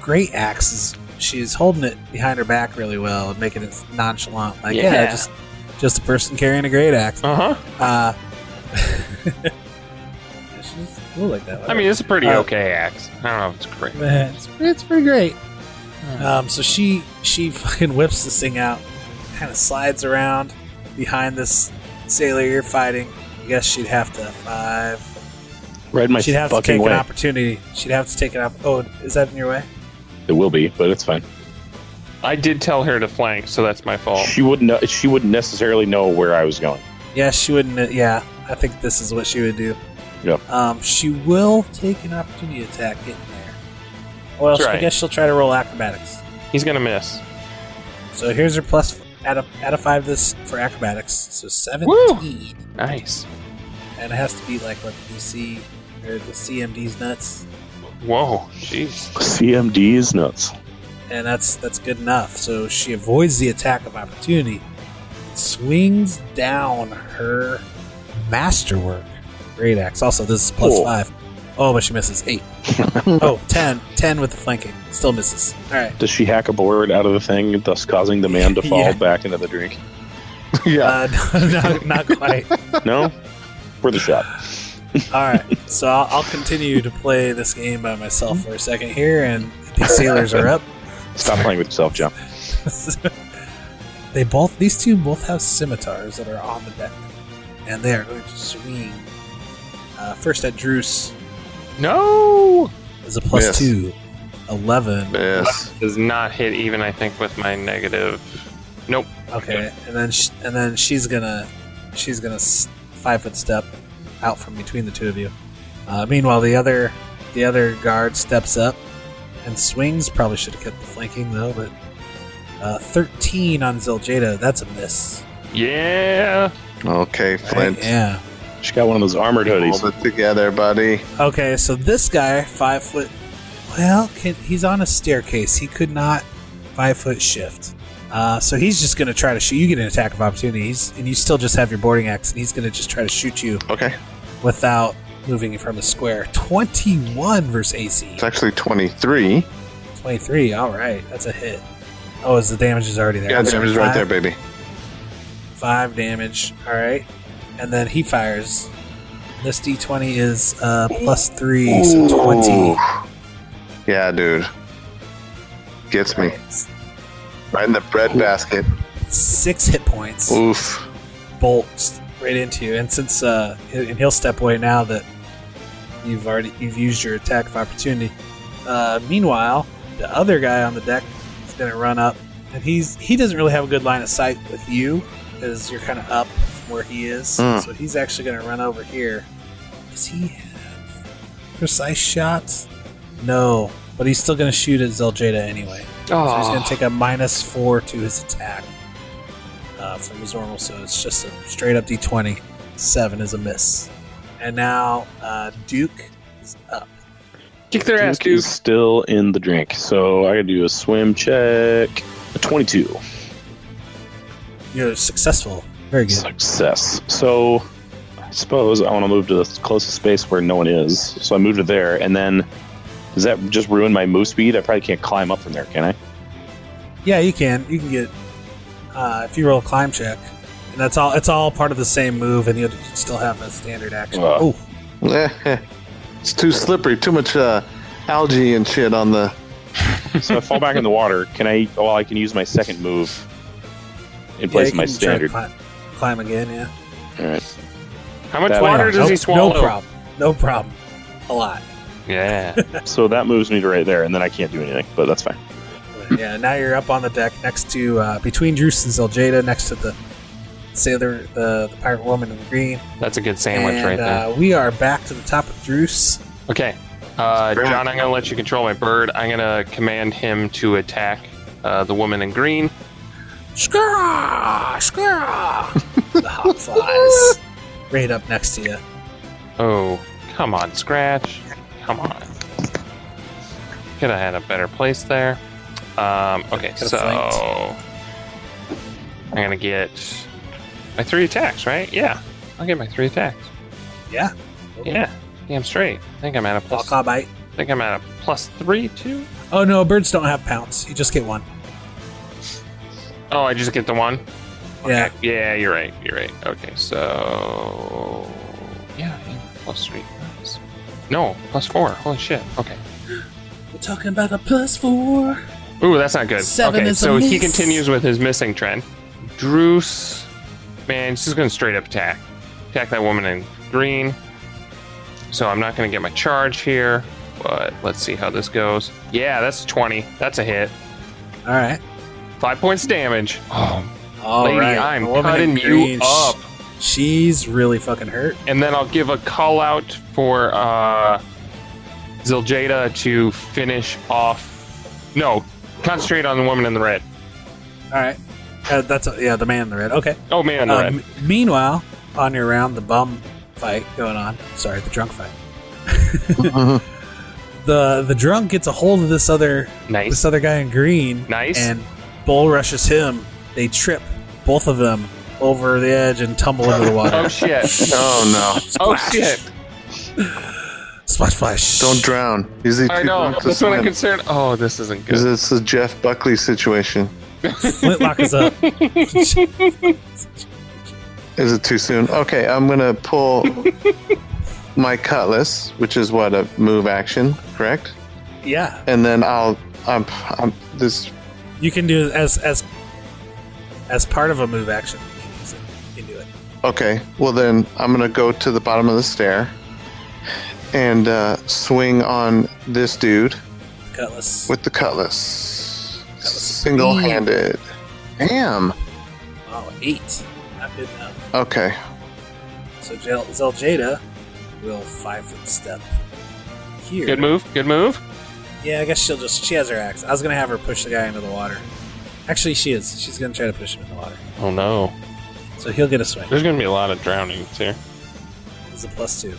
Speaker 3: great axe is she's holding it behind her back really well and making it nonchalant, like yeah,
Speaker 6: Yeah.
Speaker 3: just just a person carrying a great axe.
Speaker 6: Uh huh.
Speaker 3: Uh, she's cool like that.
Speaker 6: I mean, it's a pretty
Speaker 3: Uh,
Speaker 6: okay axe. I don't know if it's great.
Speaker 3: Man, it's, it's pretty great. Um, so she she fucking whips this thing out, kind of slides around behind this sailor you're fighting. I guess she'd have to five.
Speaker 4: Right in my
Speaker 3: she'd have to
Speaker 4: fucking
Speaker 3: take
Speaker 4: way.
Speaker 3: an opportunity. She'd have to take an opp. Oh, is that in your way?
Speaker 4: It will be, but it's fine.
Speaker 6: I did tell her to flank, so that's my fault.
Speaker 4: She wouldn't. Know, she wouldn't necessarily know where I was going.
Speaker 3: Yeah, she wouldn't. uh, Yeah, I think this is what she would do.
Speaker 4: Yep.
Speaker 3: Um, she will take an opportunity attack getting there. Well,
Speaker 6: That's
Speaker 3: I
Speaker 6: right.
Speaker 3: guess she'll try to roll acrobatics.
Speaker 6: He's gonna miss.
Speaker 3: So here's her plus out of out of five this for acrobatics. So seventeen.
Speaker 6: Nice.
Speaker 3: and it has to be like what the DC or the CMD's nuts.
Speaker 6: Whoa, jeez.
Speaker 4: CMD is nuts.
Speaker 3: and that's that's good enough. So she avoids the attack of opportunity, swings down her masterwork great axe. Also, this is plus
Speaker 4: Oh.
Speaker 3: five. Oh, but she misses eight. oh, 10. 10 with the flanking. Still misses. All right.
Speaker 4: Does she hack a board out of the thing, thus causing the man to fall
Speaker 3: Yeah.
Speaker 4: back into the drink?
Speaker 5: yeah.
Speaker 3: Uh, no, not, not quite. All
Speaker 4: No? Worth a shot.
Speaker 3: right. So I'll, I'll continue to play this game by myself for a second here, and the sailors are up.
Speaker 4: Stop playing with yourself, John.
Speaker 3: they both these two both have scimitars that are on the deck, and they are going to swing. Uh, first at Druce
Speaker 6: No!
Speaker 3: is a plus
Speaker 5: Miss.
Speaker 3: two, 11.
Speaker 5: Yes.
Speaker 6: Does not hit even, I think, with my negative. Nope.
Speaker 3: Okay, and then sh- and then she's gonna she's gonna s- five foot step out from between the two of you. Uh, meanwhile, the other the other guard steps up and swings. Probably should have kept the flanking though, but uh, thirteen on Ziljada. That's a miss.
Speaker 6: Yeah!
Speaker 5: Okay, Flint.
Speaker 3: Yeah.
Speaker 4: She got one of those armored
Speaker 5: Hold
Speaker 4: hoodies.
Speaker 5: it together, buddy.
Speaker 3: Okay, so this guy, five foot. Well, can, he's on a staircase. He could not five foot shift. Uh, so he's just going to try to shoot. You get an attack of opportunities, and you still just have your boarding axe, and he's going to just try to shoot you
Speaker 5: Okay.
Speaker 3: without moving from the square. 21 versus AC.
Speaker 5: It's actually 23.
Speaker 3: 23. All right. That's a hit. Oh, is the damage is already there?
Speaker 5: Yeah,
Speaker 3: I'm sorry,
Speaker 5: damage is right
Speaker 3: five-
Speaker 5: there, baby.
Speaker 3: Five damage. All right. And then he fires. This d20 is uh, plus three, so 20.
Speaker 5: Ooh. Yeah, dude. Gets me. Right in the bread basket.
Speaker 3: six hit points
Speaker 5: Oof.
Speaker 3: bolts right into you and since uh and he'll step away now that you've already you've used your attack of opportunity uh meanwhile the other guy on the deck is gonna run up and he's he doesn't really have a good line of sight with you because you're kind of up from where he is
Speaker 5: Mm.
Speaker 3: so he's actually gonna run over here does he have precise shots no but he's still gonna shoot at zeljada anyway so
Speaker 4: Ah.
Speaker 3: he's going to take a minus four to his attack uh, from his normal, so it's just a straight up d20. Seven is a miss. And now uh, Duke is up.
Speaker 6: Kick their ass,
Speaker 4: Duke
Speaker 6: dude.
Speaker 4: is still in the drink, so I gotta do a swim check. A 22.
Speaker 3: You're successful. Very good.
Speaker 4: Success. So I suppose I want to move to the closest space where no one is. So I move to there, and then does that just ruin my move speed? I probably can't climb up from there, can I?
Speaker 3: Yeah, you can. You can get uh, if you roll a climb check, and that's all. It's all part of the same move, and you'll still have a standard action.
Speaker 4: Uh.
Speaker 3: oh,
Speaker 5: it's too slippery. Too much uh, algae and shit on the.
Speaker 4: so I fall back in the water. Can I? Well, I can use my second move in
Speaker 3: yeah,
Speaker 4: place
Speaker 3: you
Speaker 4: of
Speaker 3: can try
Speaker 4: my
Speaker 3: to
Speaker 4: standard.
Speaker 3: climb, climb again. Yeah,
Speaker 4: All right.
Speaker 6: How much
Speaker 4: That-
Speaker 6: water does
Speaker 3: no,
Speaker 6: he swallow?
Speaker 3: No problem. No problem. A lot.
Speaker 6: Yeah.
Speaker 4: So that moves me to right there, and then I can't do anything, but that's fine.
Speaker 3: Yeah, now you're up on the deck next to uh, between Druce and Zeljada, next to the sailor, the, the pirate woman in green.
Speaker 6: That's a good sandwich
Speaker 3: and
Speaker 6: right there.
Speaker 3: Uh, we are back to the top of Druce.
Speaker 6: Okay. Uh,
Speaker 5: Brilliant.
Speaker 6: John, I'm going to let you control my bird. I'm going to command him to attack uh, the woman in green.
Speaker 3: Skrrah! Skrrah! the hawk flies right up next to you.
Speaker 6: Oh, come on, Scratch. Come on. Could have had a better place there. Um, okay,
Speaker 3: Could've
Speaker 6: so.
Speaker 3: flanked.
Speaker 6: I'm going to get my three attacks, right? Yeah. I'll get my three attacks.
Speaker 3: Yeah.
Speaker 6: Yeah. Damn straight. I think I'm at a plus.
Speaker 3: Hawk bite.
Speaker 6: I think I'm at a plus three, too.
Speaker 3: Oh no, birds don't have pounce. You just get one.
Speaker 6: Oh, I just get the one?
Speaker 3: Yeah.
Speaker 6: Yeah, you're right. You're right. Okay, so yeah, yeah, plus three. Nice. No, plus four. Holy shit. Okay.
Speaker 3: We're talking about a plus four.
Speaker 6: Ooh, that's not good.
Speaker 3: Seven
Speaker 6: okay,
Speaker 3: is a
Speaker 6: so he
Speaker 3: miss.
Speaker 6: continues with his missing trend. Druce, man, she's going to straight up attack. Attack that woman in green. So I'm not going to get my charge here, but let's see how this goes. Yeah, that's 20. That's a hit.
Speaker 3: All right.
Speaker 6: Five points of damage. Oh,
Speaker 3: All
Speaker 6: lady,
Speaker 3: right.
Speaker 6: I'm
Speaker 3: The woman in
Speaker 6: cutting
Speaker 3: green,
Speaker 6: you
Speaker 3: sh-
Speaker 6: up.
Speaker 3: She's really fucking hurt.
Speaker 6: and then I'll give a call out for uh, Ziljada to finish off. No, concentrate on the woman in the red.
Speaker 3: All right. Uh, that's a, yeah, the man in the red. Okay.
Speaker 6: Oh man, in the
Speaker 3: Uh,
Speaker 6: red.
Speaker 3: m- meanwhile, on your round, the bum fight going on. Sorry, the drunk fight. the the drunk gets a hold of this other this
Speaker 6: Nice.
Speaker 3: other guy in green.
Speaker 6: Nice.
Speaker 3: And bull rushes him. They trip both of them over the edge and tumble into the water.
Speaker 6: Oh shit.
Speaker 5: Oh no!
Speaker 6: Oh shit.
Speaker 3: splash, splash.
Speaker 5: Don't drown. These are
Speaker 6: I
Speaker 5: two
Speaker 6: know.
Speaker 5: drunks
Speaker 6: That's
Speaker 5: that
Speaker 6: what I'm
Speaker 5: swim.
Speaker 6: concerned. Oh, this isn't
Speaker 5: This
Speaker 6: good.
Speaker 5: is a Jeff Buckley situation.
Speaker 3: Flintlock is up.
Speaker 5: Is it too soon? Okay, I'm gonna pull my cutlass, which is what a move action, correct?
Speaker 3: yeah,
Speaker 5: And then I'll, I'm, I'm this.
Speaker 3: you can do it as as as part of a move action. You can use it. You can do it.
Speaker 5: Okay, well then I'm gonna go to the bottom of the stair and uh, swing on this dude
Speaker 3: Cutlass.
Speaker 5: with the cutlass, single-handed. Damn.
Speaker 3: Oh, eight. Not good enough.
Speaker 5: Okay.
Speaker 3: So Zel- Zeljada will five foot step here.
Speaker 6: Good move. Good move.
Speaker 3: Yeah, I guess she'll just. She has her axe. I was gonna have her push the guy into the water. Actually, she is. She's gonna try to push him in the water.
Speaker 6: Oh no.
Speaker 3: So he'll get a swing.
Speaker 6: There's gonna be a lot of drownings here.
Speaker 3: It's a plus two.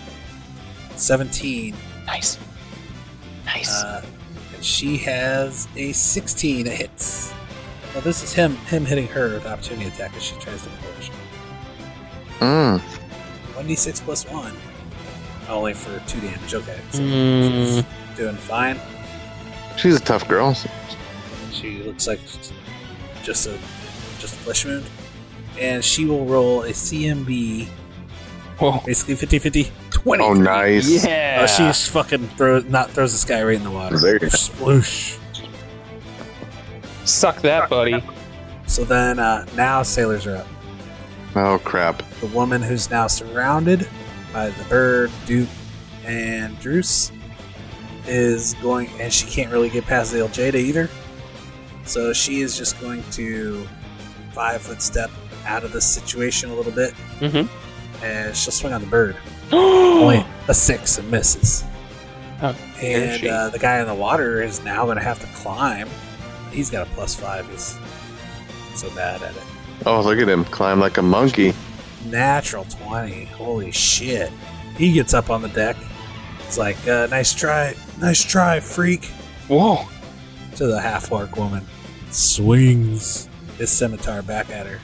Speaker 3: 17.
Speaker 6: Nice. Nice.
Speaker 3: Uh, and she has a 16 that hits. Well, this is him him hitting her with opportunity attack as she tries to push.
Speaker 5: Mm.
Speaker 3: 1d6 plus 1. Only for 2 damage. Okay. So
Speaker 6: Mm.
Speaker 3: she's doing fine.
Speaker 5: She's a tough girl. Oh,
Speaker 3: She looks like just a just a flesh wound. And she will roll a CMB,
Speaker 6: Whoa.
Speaker 3: basically 50 50, 20.
Speaker 5: Oh, nice.
Speaker 6: Yeah.
Speaker 3: Oh, she just fucking throws, not throws this guy right in the water.
Speaker 5: There you go.
Speaker 3: Sploosh.
Speaker 6: Suck that, buddy.
Speaker 3: So then uh, now sailors are up.
Speaker 5: Oh crap.
Speaker 3: The woman who's now surrounded by the bird, Duke, and Druce is going, and she can't really get past the Jada either. So she is just going to five foot step out of the situation a little bit,
Speaker 6: Mhm.
Speaker 3: and she'll swing on the bird. Only
Speaker 6: oh,
Speaker 3: a six and misses.
Speaker 6: How
Speaker 3: and
Speaker 6: she?
Speaker 3: uh, the guy in the water is now going to have to climb. He's got a plus five. He's so bad at it.
Speaker 5: Oh look at him climb like a monkey.
Speaker 3: Natural 20. Holy shit. He gets up on the deck. It's like, uh, nice try, nice try, freak,
Speaker 6: whoa.
Speaker 3: to the half orc woman. Swings his scimitar back at her.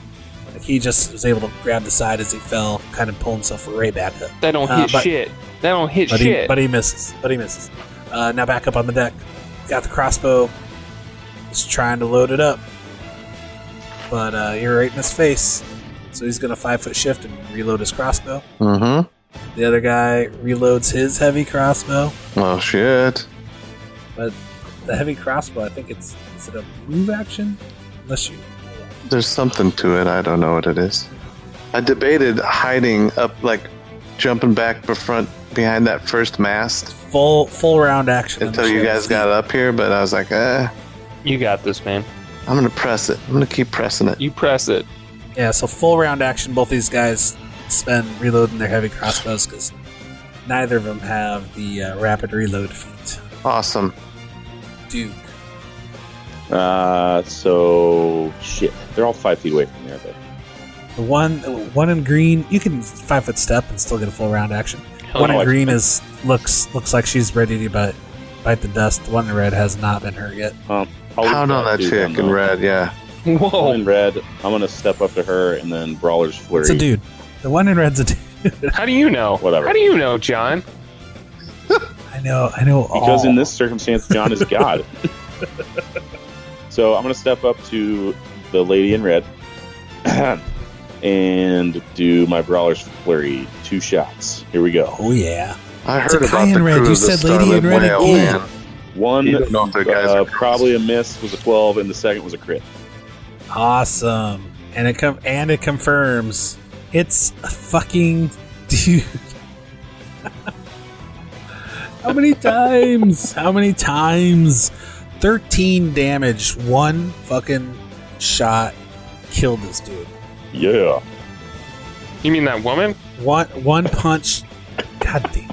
Speaker 3: Like he just was able to grab the side as he fell, kind of pull himself way back up.
Speaker 6: That don't
Speaker 3: Uh,
Speaker 6: hit
Speaker 3: but-
Speaker 6: shit. That don't hit
Speaker 3: But
Speaker 6: shit.
Speaker 3: he, but he misses. But he misses. Uh, now back up on the deck. Got the crossbow. He's trying to load it up. But uh, you're right in his face. So he's going to five foot shift and reload his crossbow.
Speaker 5: Mm-hmm.
Speaker 3: The other guy reloads his heavy crossbow.
Speaker 5: Oh shit.
Speaker 3: The heavy crossbow, I think it's is it a move action? Unless you
Speaker 5: There's something to it. I don't know what it is. I debated hiding up, like jumping back be- front behind that first mast
Speaker 3: full full round action.
Speaker 5: until you guys got up here, but I was like, eh,
Speaker 6: you got this, man.
Speaker 5: I'm gonna press it. I'm gonna keep pressing it.
Speaker 6: You press it.
Speaker 3: Yeah, so full round action. Both these guys spend reloading their heavy crossbows because neither of them have the uh, rapid reload feat.
Speaker 5: Awesome.
Speaker 3: Duke,
Speaker 4: Uh, so shit. They're all five feet away from there. But
Speaker 3: the one one in green, you can five foot step and still get a full round action.
Speaker 6: Hell
Speaker 3: one
Speaker 6: no,
Speaker 3: in
Speaker 6: I-
Speaker 3: green is looks looks like she's ready to bite bite the dust. The one in red has not been hurt yet.
Speaker 4: I'll leave
Speaker 5: Pound on that
Speaker 4: dude
Speaker 5: chick in
Speaker 4: the-
Speaker 5: red. Yeah.
Speaker 4: I'm
Speaker 6: Whoa.
Speaker 4: in red. I'm gonna step up to her and then brawler's flurry.
Speaker 3: It's a dude. The one in red's a dude.
Speaker 6: How do you know?
Speaker 4: Whatever.
Speaker 6: How do you know, John?
Speaker 3: I know, I know.
Speaker 4: Because
Speaker 3: all.
Speaker 4: in this circumstance, John is God. so I'm going to step up to the lady in red and do my Brawler's Flurry. Two shots. Here we go.
Speaker 3: oh yeah,
Speaker 5: I
Speaker 3: It's a guy
Speaker 5: heard about
Speaker 3: in
Speaker 5: the
Speaker 3: red.
Speaker 5: crew
Speaker 3: You
Speaker 5: of the
Speaker 3: said lady in
Speaker 5: Starlit
Speaker 3: red
Speaker 5: Whale,
Speaker 3: again.
Speaker 5: man.
Speaker 4: One,
Speaker 5: You don't know if they're guys
Speaker 4: uh,
Speaker 5: or girls.
Speaker 4: probably a miss, was a 12, and the second was a crit.
Speaker 3: awesome. And it com- and it confirms it's a fucking dude. How many times? How many times? Thirteen damage. One fucking shot killed this dude.
Speaker 4: Yeah.
Speaker 3: Oh,
Speaker 6: You mean that woman?
Speaker 3: One one punch. God damn.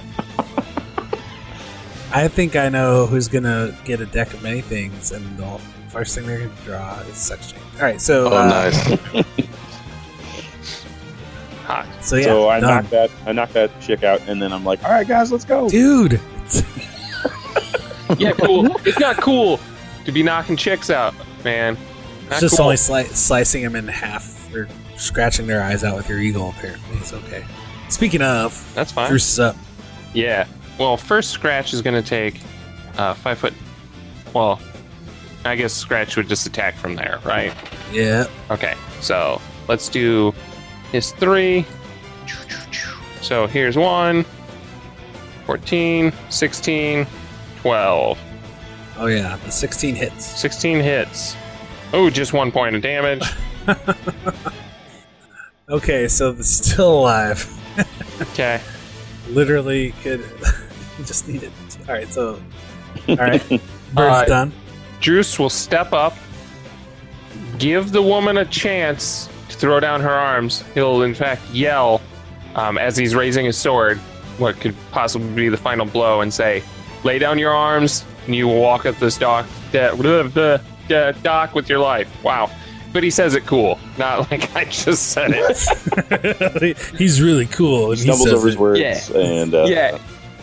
Speaker 3: I think I know who's gonna get a deck of many things, and the first thing they're gonna draw is sex change. All right, so
Speaker 5: Oh,
Speaker 3: uh,
Speaker 5: nice.
Speaker 6: Hot.
Speaker 3: so yeah,
Speaker 4: so I
Speaker 3: done.
Speaker 4: knocked that I knocked that chick out, and then I'm like, all right, guys, let's go.
Speaker 3: dude.
Speaker 6: yeah, cool. It's not cool to be knocking chicks out, man. Not
Speaker 3: It's just
Speaker 6: cool.
Speaker 3: only sli- slicing them in half or scratching their eyes out with your eagle, apparently. It's okay. Speaking of,
Speaker 6: That's fine.
Speaker 3: Bruce is up.
Speaker 6: Yeah. Well, first scratch is going to take uh, five foot. Well, I guess scratch would just attack from there, right?
Speaker 3: Yeah.
Speaker 6: Okay. So let's do his three. So here's one 14, 16, 12.
Speaker 3: Oh, yeah. The 16 hits.
Speaker 6: 16 hits. Oh, just one point of damage.
Speaker 3: Okay, so it's still alive.
Speaker 6: Okay.
Speaker 3: Literally could. you just need it. Alright, so. Alright. Bird's
Speaker 6: Alright.
Speaker 3: done.
Speaker 6: Druce will step up, give the woman a chance to throw down her arms. He'll, in fact, yell um, as he's raising his sword, what could possibly be the final blow, and say, Lay down your arms, and you will walk up this dock, da- blah, blah, da- dock with your life. Wow. But he says it cool, not like I just said it.
Speaker 3: He's really cool. And he
Speaker 4: Stumbles
Speaker 3: says
Speaker 4: over his
Speaker 3: it.
Speaker 4: words
Speaker 6: Yeah.
Speaker 4: and uh,
Speaker 6: yeah.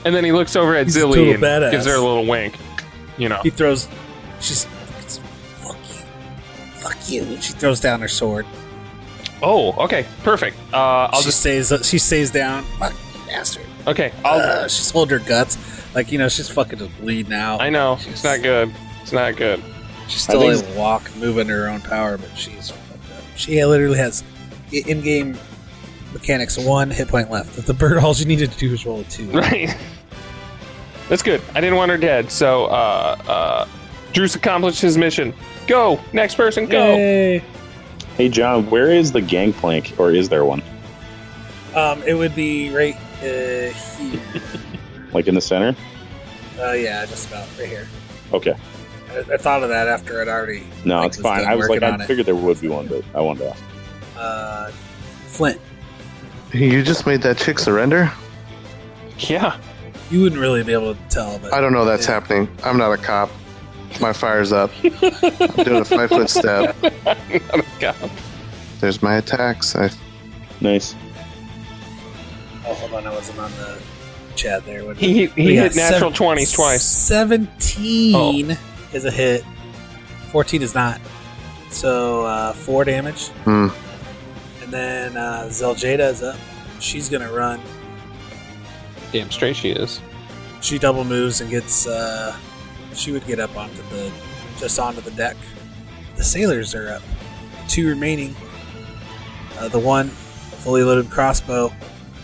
Speaker 6: And then he looks over at
Speaker 3: He's a
Speaker 6: Zilly
Speaker 3: total
Speaker 6: and
Speaker 3: badass.
Speaker 6: gives her a little wink. You know.
Speaker 3: He throws. She's. Fuck you. Fuck you. And she throws down her sword.
Speaker 6: Oh, okay, perfect. Uh, I'll
Speaker 3: she
Speaker 6: just
Speaker 3: stays. She stays down. Fuck you, bastard.
Speaker 6: okay. I'll
Speaker 3: Uh, she's holding her guts. Like you know, she's fucking just bleeding out.
Speaker 6: I know. It's not good. It's not good.
Speaker 3: She's still
Speaker 4: I
Speaker 3: able
Speaker 4: think-
Speaker 3: to walk, move under her own power, but she's fucked up. She literally has i- in-game mechanics one hit point left. With the bird, all she needed to do was roll a two.
Speaker 6: Right. That's good. I didn't want her dead, so uh uh Drew's accomplished his mission. Go! Next person, go!
Speaker 3: Yay.
Speaker 4: Hey John, where is the gangplank, or is there one?
Speaker 3: Um, it would be right uh, here.
Speaker 4: Like in the center?
Speaker 3: Uh, yeah, just about right here.
Speaker 4: Okay.
Speaker 3: I, I thought of that after I'd already.
Speaker 4: No,
Speaker 3: like,
Speaker 4: it's fine.
Speaker 3: done
Speaker 4: I was like,
Speaker 3: working
Speaker 4: I
Speaker 3: on it.
Speaker 4: figured there would be one, but I wanted to ask.
Speaker 3: Uh, Flint,
Speaker 5: You just made that chick surrender?
Speaker 6: Yeah.
Speaker 3: you wouldn't really be able to tell, but
Speaker 5: I don't know that's
Speaker 3: Yeah.
Speaker 5: happening. I'm not a cop. My fire's up. I'm doing a five foot step.
Speaker 6: God.
Speaker 5: There's my attacks. I,
Speaker 4: Nice.
Speaker 3: Oh, hold on, I wasn't on the chat there. What
Speaker 6: He he,
Speaker 3: We
Speaker 6: he
Speaker 3: got
Speaker 6: hit natural twenties twice. Oh.
Speaker 3: 17 is a hit. 14 is not. So, uh, 4 damage.
Speaker 5: Hmm.
Speaker 3: And then uh, Zeljada is up. She's going to run.
Speaker 6: Damn straight she is.
Speaker 3: She double moves and gets. Uh, she would get up onto the. just onto the deck. The sailors are up. Two remaining. Uh, the one, fully loaded crossbow,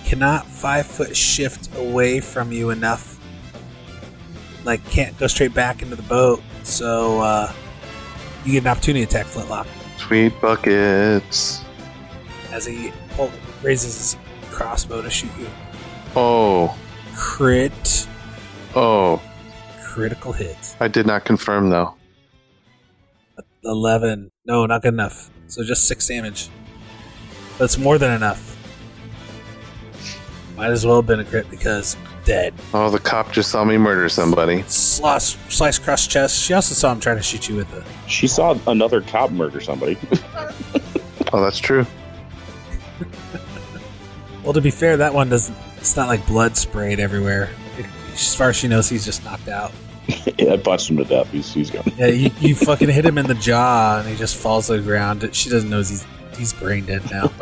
Speaker 3: cannot five foot shift away from you enough. Like, can't go straight back into the boat. So, uh, you get an opportunity attack, Flintlock,
Speaker 5: sweet buckets.
Speaker 3: as he pull, raises his crossbow to shoot you.
Speaker 5: Oh,
Speaker 3: Crit.
Speaker 5: oh.
Speaker 3: Critical hit.
Speaker 5: I did not confirm though.
Speaker 3: 11. No, not good enough. So just 6 damage. That's more than enough. Might as well have been a crit because dead.
Speaker 5: Oh, the cop just saw me murder somebody.
Speaker 3: Slice, slice cross chest. She also saw him trying to shoot you with a.
Speaker 4: She saw another cop murder somebody.
Speaker 5: Oh, that's true.
Speaker 3: Well, to be fair, that one doesn't. It's not like blood sprayed everywhere. As far as she knows, he's just knocked out.
Speaker 4: I punched him to death. He's, he's gone.
Speaker 3: Yeah, you, you fucking hit him in the jaw and he just falls to the ground. She doesn't know he's he's brain dead now.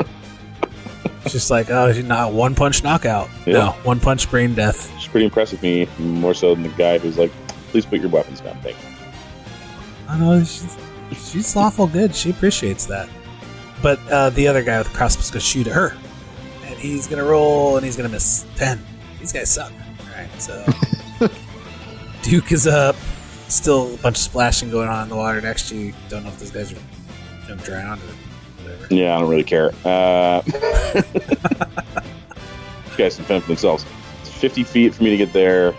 Speaker 3: She's just like, oh, he's not one punch knockout. No,
Speaker 4: Yeah.
Speaker 3: one punch brain death.
Speaker 4: She's pretty impressed with me, more so than the guy who's like, please put your weapons down. Thank you.
Speaker 3: I know she's, she's lawful good. She appreciates that. But uh, the other guy with the crossbow's gonna shoot at her, and he's gonna roll and he's gonna miss ten. These guys suck. All right, so Duke is up. Still a bunch of splashing going on in the water next to you. Don't know if those guys are you know, drowned or whatever.
Speaker 4: Yeah, I don't really care. Uh, these guys can fend for themselves. It's 50 feet for me to get there,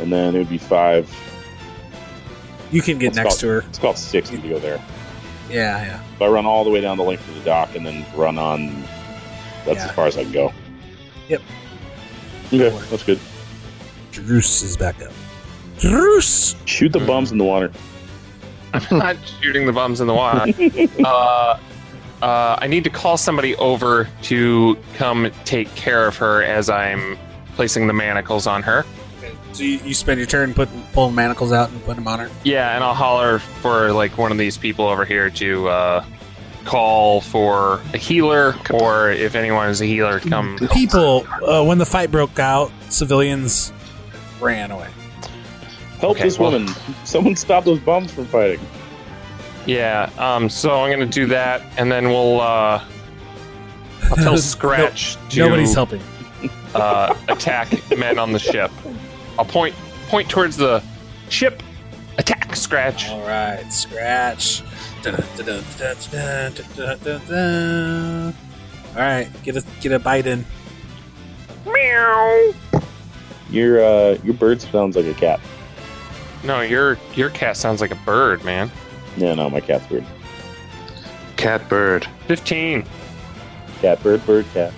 Speaker 4: and then it would be five.
Speaker 3: You can get
Speaker 4: Let's
Speaker 3: next to
Speaker 4: call
Speaker 3: her.
Speaker 4: it- It's called 60 to go there.
Speaker 3: Yeah, yeah.
Speaker 4: If I run all the way down the length of the dock and then run on, that's
Speaker 3: Yeah.
Speaker 4: as far as I can go.
Speaker 3: Yep.
Speaker 4: Okay,
Speaker 3: works.
Speaker 4: that's good.
Speaker 3: Druce is back up. Druce.
Speaker 4: Shoot
Speaker 6: Hmm.
Speaker 4: the bums in the water.
Speaker 6: not shooting the bums in the water. uh, uh, I need to call somebody over to come take care of her as I'm placing the manacles on her.
Speaker 3: So you, you spend your turn putting pulling manacles out and putting them on her.
Speaker 6: Yeah, and I'll holler for like one of these people over here to uh, call for a healer, or if anyone is a healer, come.
Speaker 3: People, uh, when the fight broke out, civilians ran away.
Speaker 4: Help
Speaker 6: Okay,
Speaker 4: this
Speaker 6: well-
Speaker 4: woman. Someone stop those bums from fighting.
Speaker 6: Yeah. Um. So I'm gonna do that, and then we'll. Uh, I'll tell Scratch to
Speaker 3: Nobody's helping.
Speaker 6: uh, attack men on the ship. I'll point point towards the ship. Attack, Scratch.
Speaker 3: All right, scratch. Dun, dun, dun, dun, dun, dun, dun, dun, dun. All right, get a get a bite in.
Speaker 6: Meow.
Speaker 4: Your uh, your bird sounds like a cat.
Speaker 6: No, your your cat sounds like a bird, man.
Speaker 4: Yeah, no, my cat's weird.
Speaker 5: Cat bird.
Speaker 6: Fifteen.
Speaker 4: Cat bird, bird cat.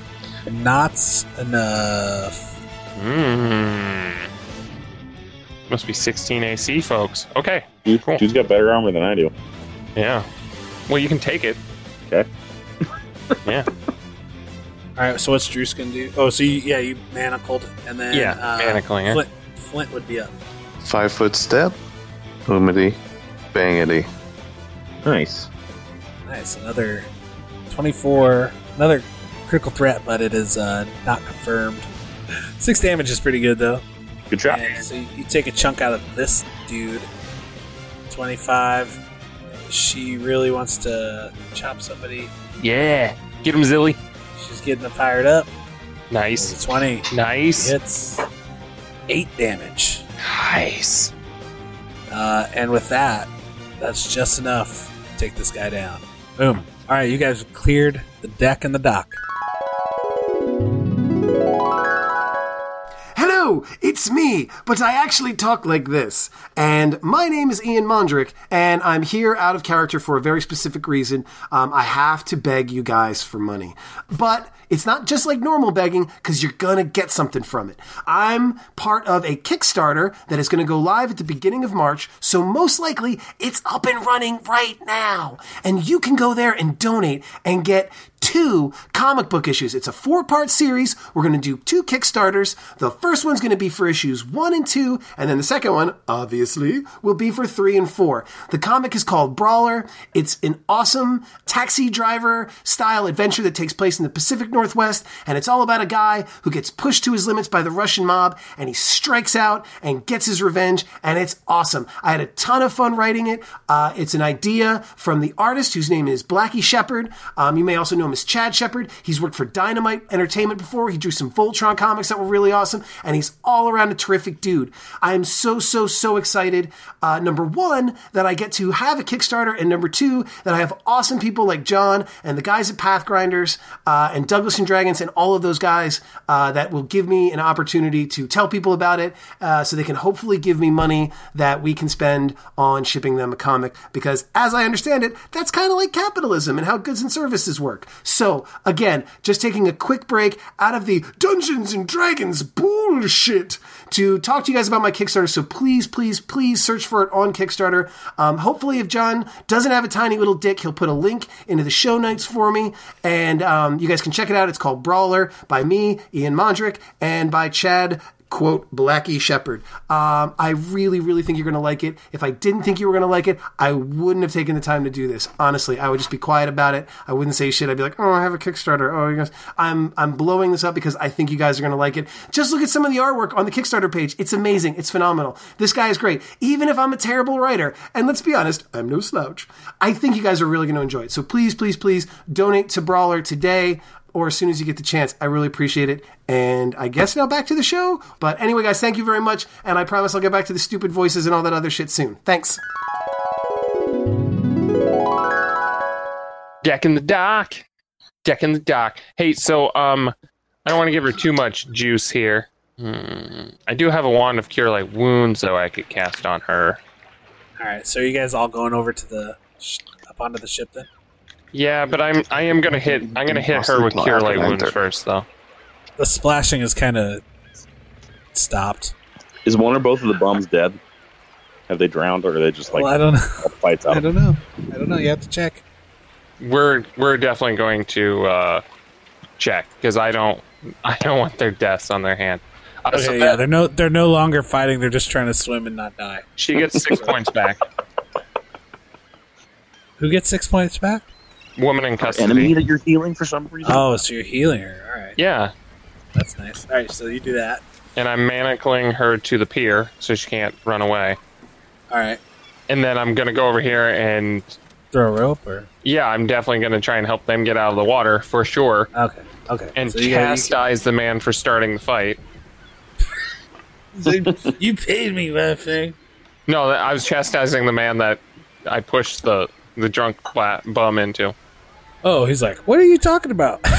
Speaker 3: Not enough.
Speaker 6: Mmm. Must be 16 AC, folks. Okay.
Speaker 4: Dude,
Speaker 6: Cool.
Speaker 4: Dude's got better armor than I do.
Speaker 6: Yeah. Well, you can take it.
Speaker 4: Okay.
Speaker 6: yeah.
Speaker 3: All right, so what's Drew's gonna do? Oh, so you, yeah, you manacled, and then
Speaker 6: Yeah,
Speaker 3: uh,
Speaker 6: manacling it.
Speaker 3: Flint, Flint would be up.
Speaker 5: Five foot step. Boomity. Bangity.
Speaker 4: Nice.
Speaker 3: Nice, another twenty-four, another critical threat, but it is uh, not confirmed. Six damage is pretty good though.
Speaker 4: Good job.
Speaker 3: And so you take a chunk out of this dude. 25. She really wants to chop somebody.
Speaker 6: Yeah. Get him, Zilly.
Speaker 3: She's getting them fired up.
Speaker 6: Nice.
Speaker 3: 20.
Speaker 6: Nice.
Speaker 3: Hits 8 damage.
Speaker 6: Nice.
Speaker 3: Uh, and with that, that's just enough to take this guy down. Boom. All right, you guys cleared the deck and the dock.
Speaker 1: Hello, it's me, but I actually talk like this. And my name is Ian Mondrick, and I'm here out of character for a very specific reason. Um, I have to beg you guys for money. But it's not just like normal begging, because you're going to get something from it. I'm part of a Kickstarter that is going to go live at the beginning of March, so most likely it's up and running right now. And you can go there and donate and get two comic book issues. It's a four part series. We're going to do two Kickstarters. The first one's going to be for issues one and two, and then the second one, obviously, will be for three and four. The comic is called Brawler. It's an awesome taxi driver style adventure that takes place in the Pacific Northwest, and it's all about a guy who gets pushed to his limits by the Russian mob, and he strikes out and gets his revenge, and it's awesome. I had a ton of fun writing it. Uh, it's an idea from the artist whose name is Blackie Shepard. Um, you may also know him as Chad Shepard. He's worked for Dynamite Entertainment before. He drew some Voltron comics that were really awesome, and he's all around a terrific dude. I am so, so, so excited. Uh, number one, that I get to have a Kickstarter, and number two, that I have awesome people like John and the guys at Pathgrinders uh, and Douglas and Dragons and all of those guys uh, that will give me an opportunity to tell people about it uh, so they can hopefully give me money that we can spend on shipping them a comic. Because as I understand it, that's kind of like capitalism and how goods and services work. So, again, just taking a quick break out of the Dungeons and Dragons bullshit to talk to you guys about my Kickstarter. So please, please, please search for it on Kickstarter. Um, hopefully, if John doesn't have a tiny little dick, he'll put a link into the show notes for me. And um, you guys can check it out. It's called Brawler by me, Ian Mondrick, and by Chad. Quote Blackie Shepherd. Um, I really, really think you're going to like it. If I didn't think you were going to like it, I wouldn't have taken the time to do this. Honestly, I would just be quiet about it. I wouldn't say shit. I'd be like, "Oh, I have a Kickstarter." Oh, you guys, I'm I'm blowing this up because I think you guys are going to like it. Just look at some of the artwork on the Kickstarter page. It's amazing. It's phenomenal. This guy is great. Even if I'm a terrible writer, and let's be honest, I'm no slouch. I think you guys are really going to enjoy it. So please, please, please donate to Brawler today or as soon as you get the chance. I really appreciate it. And I guess now back to the show. But anyway, guys, thank you very much. And I promise I'll get back to the stupid voices and all that other shit soon. Thanks.
Speaker 6: Deck in the dock. Deck in the dock. Hey, so um, I don't want to give her too much juice here. Hmm. I do have a wand of cure like wounds though I could cast on her.
Speaker 3: All right, so you guys all going over to the sh- up onto the ship then?
Speaker 6: Yeah, but I'm I am gonna hit I'm gonna hit her with cure like wounds first though.
Speaker 3: The splashing is kind of stopped.
Speaker 4: Is one or both of the bums dead? Have they drowned, or are they just like um,
Speaker 3: well, I don't know.
Speaker 4: fights out?
Speaker 3: I
Speaker 4: of them?
Speaker 3: don't know. I don't know. You have to check.
Speaker 6: we're we're definitely going to uh, check because I don't I don't want their deaths on their hand.
Speaker 3: Okay, yeah, they're no they're no longer fighting. They're just trying to swim and not die.
Speaker 6: She gets six points back.
Speaker 3: Who gets six points back?
Speaker 6: Woman in
Speaker 7: Enemy
Speaker 6: custody.
Speaker 7: that you're healing for some reason.
Speaker 3: Oh, so you're healing her. All right,
Speaker 6: Yeah,
Speaker 3: that's nice. All right, so you do that.
Speaker 6: and I'm manacling her to the pier so she can't run away.
Speaker 3: All right,
Speaker 6: And then I'm gonna go over here and
Speaker 3: throw a rope or
Speaker 6: yeah, I'm definitely gonna try and help them get out of the water for sure.
Speaker 3: okay, okay.
Speaker 6: And
Speaker 3: so you,
Speaker 6: chastise
Speaker 3: gotta-
Speaker 6: the man for starting the fight.
Speaker 3: you, you paid me, my thing.
Speaker 6: No, I was chastising the man that I pushed the the drunk bla- bum into.
Speaker 3: Oh, he's like, what are you talking about?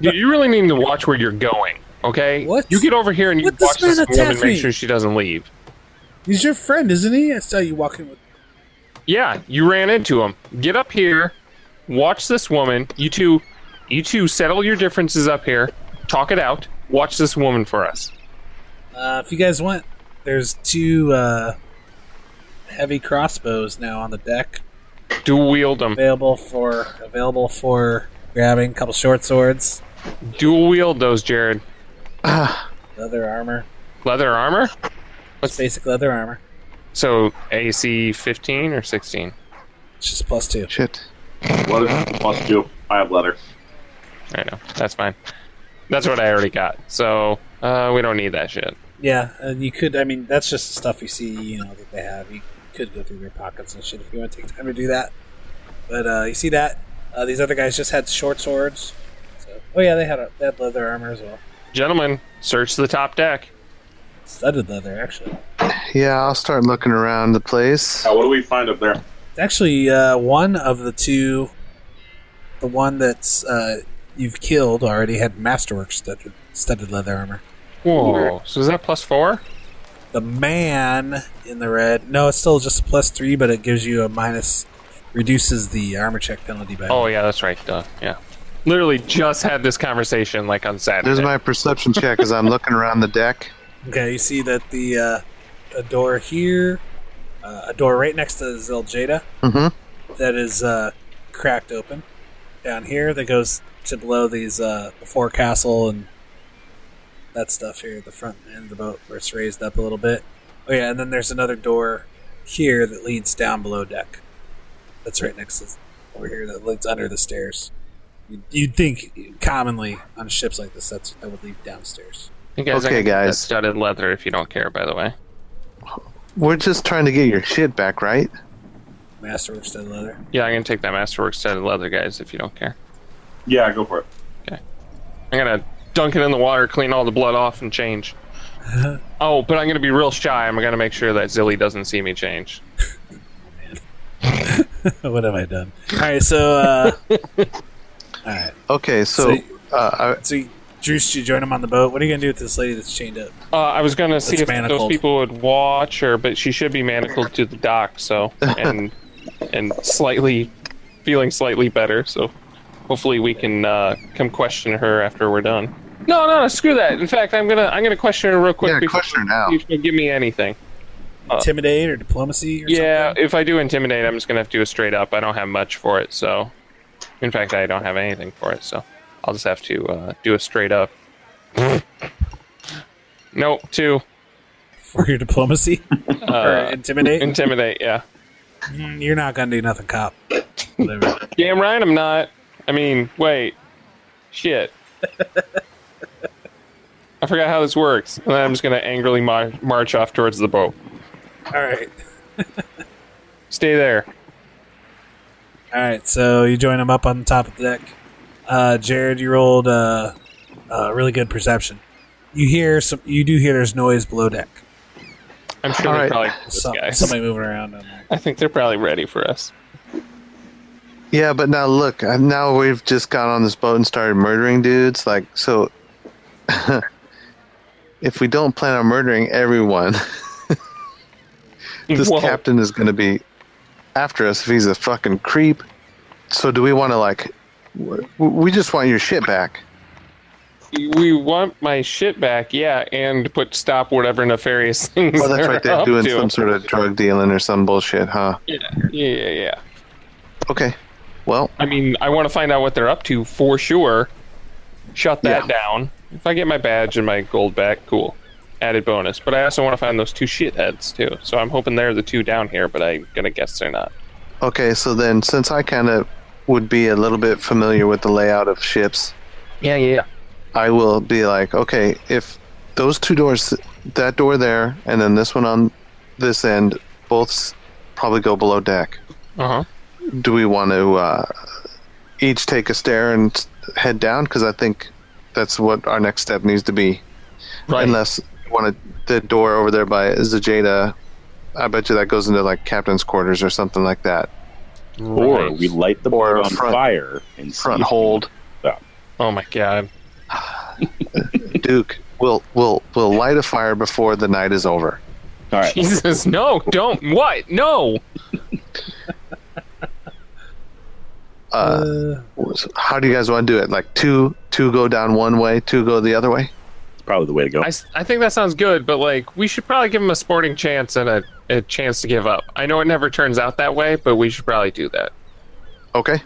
Speaker 6: You, you really need to watch where you're going, okay?
Speaker 3: What?
Speaker 6: You get over here and you
Speaker 3: What, this
Speaker 6: watch
Speaker 3: man
Speaker 6: this woman
Speaker 3: attacked me.
Speaker 6: make sure she doesn't leave.
Speaker 3: he's your friend, isn't he? I saw you walking with.
Speaker 6: Yeah, you ran into him. Get up here, watch this woman. You two, you two, settle your differences up here. Talk it out. Watch this woman for us.
Speaker 3: Uh, if you guys want, there's two uh, heavy crossbows now on the deck,
Speaker 6: Dual wield them.
Speaker 3: available for available for grabbing. A couple short swords,
Speaker 6: Dual wield those, Jared.
Speaker 3: leather armor,
Speaker 6: Leather armor.
Speaker 3: It's basic leather armor.
Speaker 6: So AC 15 or 16.
Speaker 3: It's just plus two.
Speaker 5: Shit.
Speaker 4: What is plus two? I have leather.
Speaker 6: I know. That's fine. That's what I already got. So uh, we don't need that shit.
Speaker 3: Yeah, and you could. I mean, that's just the stuff you see. You know that they have. You could go through their pockets and shit if you want to take time to do that. But uh, you see that uh, these other guys just had short swords. So, oh yeah, they had a, they had leather armor as well.
Speaker 6: Gentlemen, search the top deck.
Speaker 3: Studded leather, actually.
Speaker 5: Yeah, I'll start looking around the place.
Speaker 4: what do we find up there?
Speaker 3: It's actually uh, one of the two. The one that's uh, you've killed already had masterwork studded, studded leather armor.
Speaker 6: Whoa. So is that plus four?
Speaker 3: the man in the red. No, it's still just a plus three, but it gives you a minus, reduces the armor check penalty by.
Speaker 6: Oh yeah, that's right. Duh. Yeah. Literally just had this conversation like on Saturday.
Speaker 5: There's my perception check as I'm looking around the deck.
Speaker 3: Okay, you see that the uh, a door here, uh, a door right next to Ziljada,
Speaker 5: Mhm.
Speaker 3: that is uh, cracked open. Down here, that goes to below these uh, the forecastle and that stuff here, the front end of the boat where it's raised up a little bit. Oh yeah, and then there's another door here that leads down below deck. That's right next to over here that leads under the stairs. You'd, you'd think commonly on ships like this, that's that would lead downstairs.
Speaker 6: You guys
Speaker 5: Okay,
Speaker 6: I can get that
Speaker 5: guys.
Speaker 6: Studded leather, if you don't care, by the way.
Speaker 5: We're just trying to get your shit back, right?
Speaker 3: Masterwork studded leather.
Speaker 6: Yeah, I'm gonna take that masterwork studded leather, guys, if you don't care.
Speaker 4: Yeah, go for it.
Speaker 6: I'm gonna dunk it in the water, clean all the blood off, and change. oh, but I'm gonna be real shy. I'm gonna make sure that Zilly doesn't see me change.
Speaker 3: what have I done? All right, so uh, all right,
Speaker 5: Okay, so
Speaker 3: See.
Speaker 5: uh, I,
Speaker 3: so you, Drews, you join him on the boat. What are you gonna do with this lady that's chained up?
Speaker 6: Uh, I was gonna see
Speaker 3: It's
Speaker 6: if those
Speaker 3: manacled.
Speaker 6: people would watch her, but she should be manacled to the dock, so and and slightly feeling slightly better. So hopefully we can uh, come question her after we're done. No, no, no, screw that. In fact, I'm gonna I'm gonna question her real quick.
Speaker 5: Yeah,
Speaker 6: before
Speaker 5: question her now.
Speaker 6: you can give me anything.
Speaker 3: Intimidate or diplomacy? Or
Speaker 6: Yeah, if I do intimidate, I'm just gonna have to do a straight up. I don't have much for it, so in fact, I don't have anything for it, so I'll just have to uh, do a straight up. nope, two. Uh,
Speaker 3: something? for your diplomacy or intimidate?
Speaker 6: Intimidate, yeah.
Speaker 3: Mm, You're not gonna do nothing, cop. Whatever.
Speaker 6: Damn right I'm not. I mean, wait. Shit. I forgot how this works. And then I'm just going to angrily mar- march off towards the boat.
Speaker 3: all right,
Speaker 6: Stay there.
Speaker 3: all right. So you join him up on the top of the deck. Uh, Jared, you rolled uh, uh, really good perception. You hear some. You do hear there's noise below deck.
Speaker 6: I'm sure
Speaker 5: All
Speaker 6: they're
Speaker 5: right.
Speaker 6: probably
Speaker 3: Some,
Speaker 6: guys.
Speaker 3: somebody moving around. On there.
Speaker 6: I think they're probably ready for us.
Speaker 5: yeah, but now look, uh, now we've just gone on this boat and started murdering dudes. Like, so if we don't plan on murdering everyone, this
Speaker 6: Whoa.
Speaker 5: captain is going to be after us if he's a fucking creep. So do we want to like? w- We just want your shit back.
Speaker 6: We want my shit back, yeah, and put stop whatever nefarious things
Speaker 5: Well, Oh, that's
Speaker 6: they're
Speaker 5: right. They're
Speaker 6: up
Speaker 5: doing
Speaker 6: to.
Speaker 5: some sort of drug dealing or some bullshit, huh?
Speaker 6: Yeah, yeah, yeah, yeah.
Speaker 5: Okay. Well,
Speaker 6: I mean, I want to find out what they're up to for sure. Shut
Speaker 5: Yeah.
Speaker 6: that down. If I get my badge and my gold back, cool. added bonus. But I also want to find those two shitheads too. So I'm hoping they're the two down here, but I'm gonna guess they're not.
Speaker 5: Okay, so then since I kind of would be a little bit familiar with the layout of ships,
Speaker 6: Yeah, yeah, yeah.
Speaker 5: I will be like, okay, if those two doors, that door there, and then this one on this end, both s- probably go below deck.
Speaker 6: Uh huh.
Speaker 5: Do we want to uh, each take a stair and s- head down? Because I think that's what our next step needs to be.
Speaker 6: Right.
Speaker 5: Unless you want to, the door over there by Zajada, I bet you that goes into like captain's quarters or something like that.
Speaker 4: Or we light the board
Speaker 5: Or
Speaker 4: on
Speaker 5: front-
Speaker 4: fire and see
Speaker 5: Front
Speaker 4: if-
Speaker 5: hold,
Speaker 6: Oh my god.
Speaker 5: Duke. We'll we'll we'll light a fire before the night is over.
Speaker 4: All right.
Speaker 6: Jesus, no, don't. What? No.
Speaker 5: Uh,
Speaker 3: Uh,
Speaker 5: how do you guys want to do it? Like two two go down one way, two go the other way.
Speaker 4: probably the way to go.
Speaker 6: I, s- I think that sounds good, but like we should probably give him a sporting chance and a, a chance to give up. I know it never turns out that way, but we should probably do that.
Speaker 5: Okay.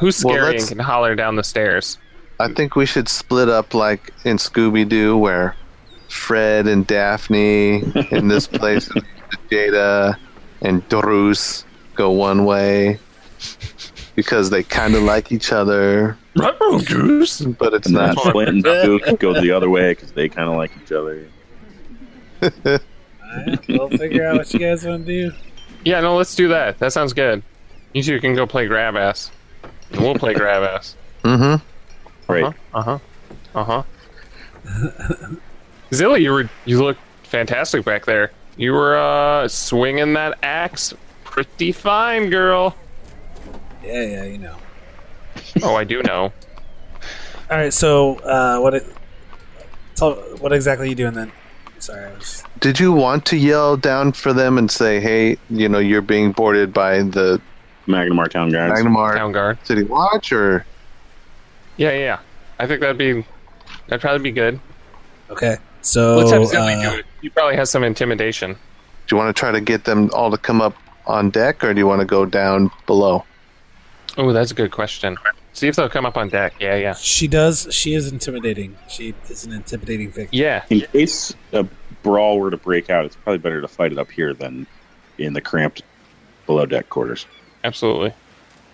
Speaker 6: Who's
Speaker 5: Well,
Speaker 6: scary and
Speaker 5: let's-
Speaker 6: can holler down the stairs?
Speaker 5: I think we should split up like in Scooby Doo, where Fred and Daphne in this place, and Jada and Drus go one way because they kind of like each other,
Speaker 6: Goose.
Speaker 5: but it's
Speaker 4: and then
Speaker 5: not.
Speaker 4: Flint and Duke go the other way because they kind of like each other.
Speaker 3: alright, we'll figure out what you guys want to do.
Speaker 6: Yeah, no, let's do that. That sounds good. You two can go play grab ass. And We'll play grab ass.
Speaker 5: Mm-hmm.
Speaker 4: Right.
Speaker 6: Uh
Speaker 5: Uh-huh.
Speaker 6: huh. Uh huh. Zilly, you were you looked fantastic back there. You were uh swinging that axe pretty fine, girl.
Speaker 3: Yeah, yeah, you know.
Speaker 6: Oh, I do know.
Speaker 3: All right, so uh, what? It, so what exactly are you doing then? Sorry, I was.
Speaker 5: Did you want to yell down for them and say, "Hey, you know, you're being boarded by the
Speaker 4: Magnamar Town Guards.
Speaker 5: Magnamar
Speaker 6: Town guard.
Speaker 5: City Watch"? Or
Speaker 6: Yeah, yeah, yeah. I think that'd be that'd probably be good.
Speaker 3: Okay, so
Speaker 6: Let's have Zilly
Speaker 3: uh,
Speaker 6: do it. He probably has some intimidation.
Speaker 5: do you want to try to get them all to come up on deck, or do you want to go down below?
Speaker 6: Oh, that's a good question. See if they'll come up on deck. Yeah, yeah,
Speaker 3: She does. She is intimidating. She is an intimidating victim.
Speaker 6: yeah.
Speaker 4: In case a brawl were to break out, it's probably better to fight it up here than in the cramped below deck quarters.
Speaker 6: Absolutely.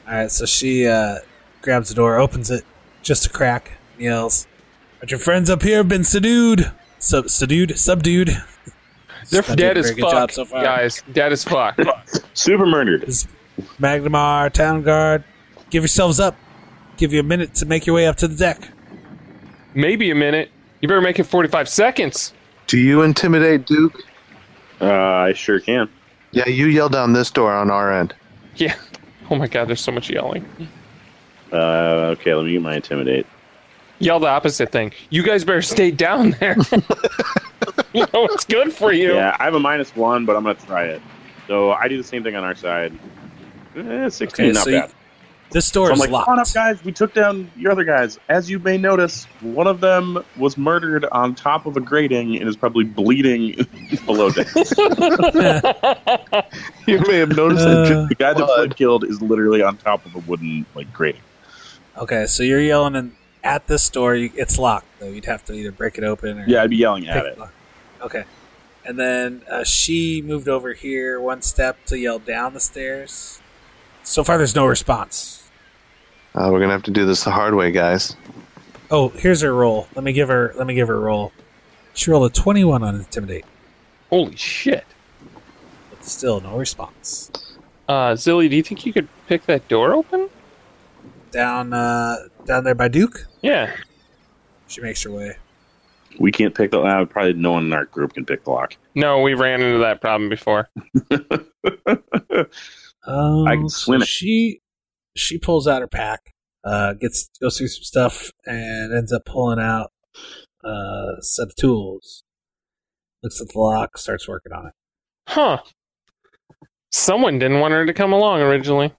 Speaker 3: All right, so she uh, grabs the door, opens it, just a crack, yells, "But your friends up here have been subdued, sub subdued, subdued."
Speaker 6: They're
Speaker 3: She's not
Speaker 6: dead
Speaker 3: doing a
Speaker 6: as
Speaker 3: very good
Speaker 6: fuck,
Speaker 3: job so far.
Speaker 6: guys. Dead as fuck.
Speaker 4: Super murdered.
Speaker 3: Magnamar, town guard, give yourselves up. Give you a minute to make your way up to the deck.
Speaker 6: Maybe a minute. You better make it forty-five seconds.
Speaker 5: Do you intimidate Duke?
Speaker 4: Uh, I sure can.
Speaker 5: Yeah, you yell down this door on our end.
Speaker 6: Yeah. Oh my god, there's so much yelling.
Speaker 4: Uh, okay, let me get my intimidate.
Speaker 6: Yell the opposite thing. You guys better stay down there. you know it's good for you.
Speaker 4: Yeah, I have a minus one, but I'm gonna try it. So I do the same thing on our side. Eh, Sixteen,
Speaker 3: Okay,
Speaker 4: not
Speaker 3: so you-
Speaker 4: bad.
Speaker 3: This door
Speaker 4: So I'm
Speaker 3: is
Speaker 4: like,
Speaker 3: locked.
Speaker 4: come on up, guys. We took down your other guys. As you may notice, one of them was murdered on top of a grating and is probably bleeding below deck.
Speaker 5: You may have noticed
Speaker 3: Uh,
Speaker 4: the guy that
Speaker 5: Blood.
Speaker 4: Flint killed is literally on top of a wooden like grating.
Speaker 3: Okay, so you're yelling and at this door. You, it's locked, though. You'd have to either break it open or
Speaker 4: Yeah, I'd be yelling
Speaker 3: pick
Speaker 4: at it.
Speaker 3: the lock. Okay, and then uh, she moved over here one step to yell down the stairs. So far, there's no response.
Speaker 5: Uh, we're gonna have to do this the hard way, guys.
Speaker 3: Oh, here's her roll. Let me give her. Let me give her a roll. She rolled a 21 on intimidate,
Speaker 6: Holy shit.
Speaker 3: but still no response.
Speaker 6: Uh, Zilly, do you think you could pick that door open?
Speaker 3: Down, uh, down there by Duke.
Speaker 6: Yeah.
Speaker 3: She makes her way.
Speaker 4: We can't pick the lock. Probably no one in our group can pick the lock.
Speaker 6: No, we ran into that problem before.
Speaker 3: Um,
Speaker 4: I can swim
Speaker 3: so
Speaker 4: it.
Speaker 3: She she pulls out her pack, uh, gets goes through some stuff, and ends up pulling out uh, a set of tools. Looks at the lock, starts working on it.
Speaker 6: Huh. Someone didn't want her to come along originally.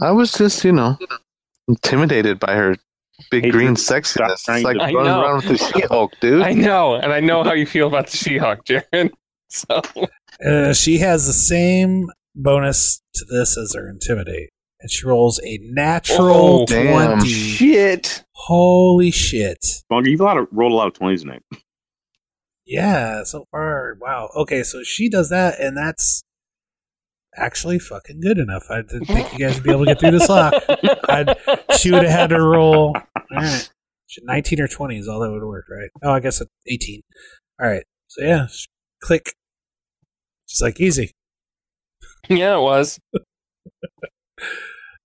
Speaker 5: I was just, you know, intimidated by her big
Speaker 4: Hey,
Speaker 5: green
Speaker 4: dude, stop
Speaker 5: sexiness.
Speaker 4: trying
Speaker 5: It's like
Speaker 4: to-
Speaker 6: I
Speaker 5: running
Speaker 6: know.
Speaker 5: around with the She-Hulk, dude.
Speaker 6: I know, and I know how you feel about the She-Hawk, Jared. So
Speaker 3: Uh, she has the same bonus to this as her intimidate, and she rolls a natural
Speaker 6: Oh,
Speaker 5: damn.
Speaker 3: twenty.
Speaker 6: shit.
Speaker 3: Holy shit!
Speaker 4: Bunga, you've a lot of, rolled a lot of 20s tonight.
Speaker 3: Yeah, so far, wow. Okay, so she does that, and that's actually fucking good enough. I didn't think you guys would be able to get through this lock. I'd, she would have had to roll. All right. She- 19 or 20 is all that would work, right? Oh, I guess it's 18. All right. So, yeah, sh- click. She's like, easy.
Speaker 6: Yeah, it was.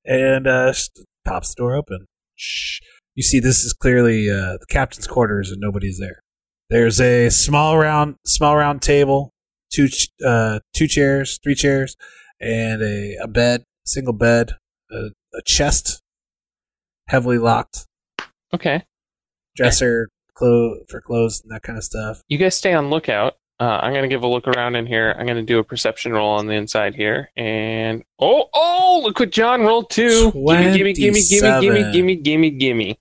Speaker 3: And uh, sh- pops the door open. Shh. You see, this is clearly uh, the captain's quarters, and nobody's there. There's a small round, small round table, two ch- uh, two chairs, three chairs, and a, a bed, single bed, a, a chest, heavily locked,
Speaker 6: Okay.
Speaker 3: dresser clo- for clothes and that kind of stuff.
Speaker 6: You guys stay on lookout. Uh, I'm gonna give a look around in here. I'm gonna do a perception roll on the inside here, and oh, oh! Look what John rolled too. Gimme, gimme, gimme, gimme, gimme,
Speaker 3: 27.
Speaker 6: gimme, gimme, gimme.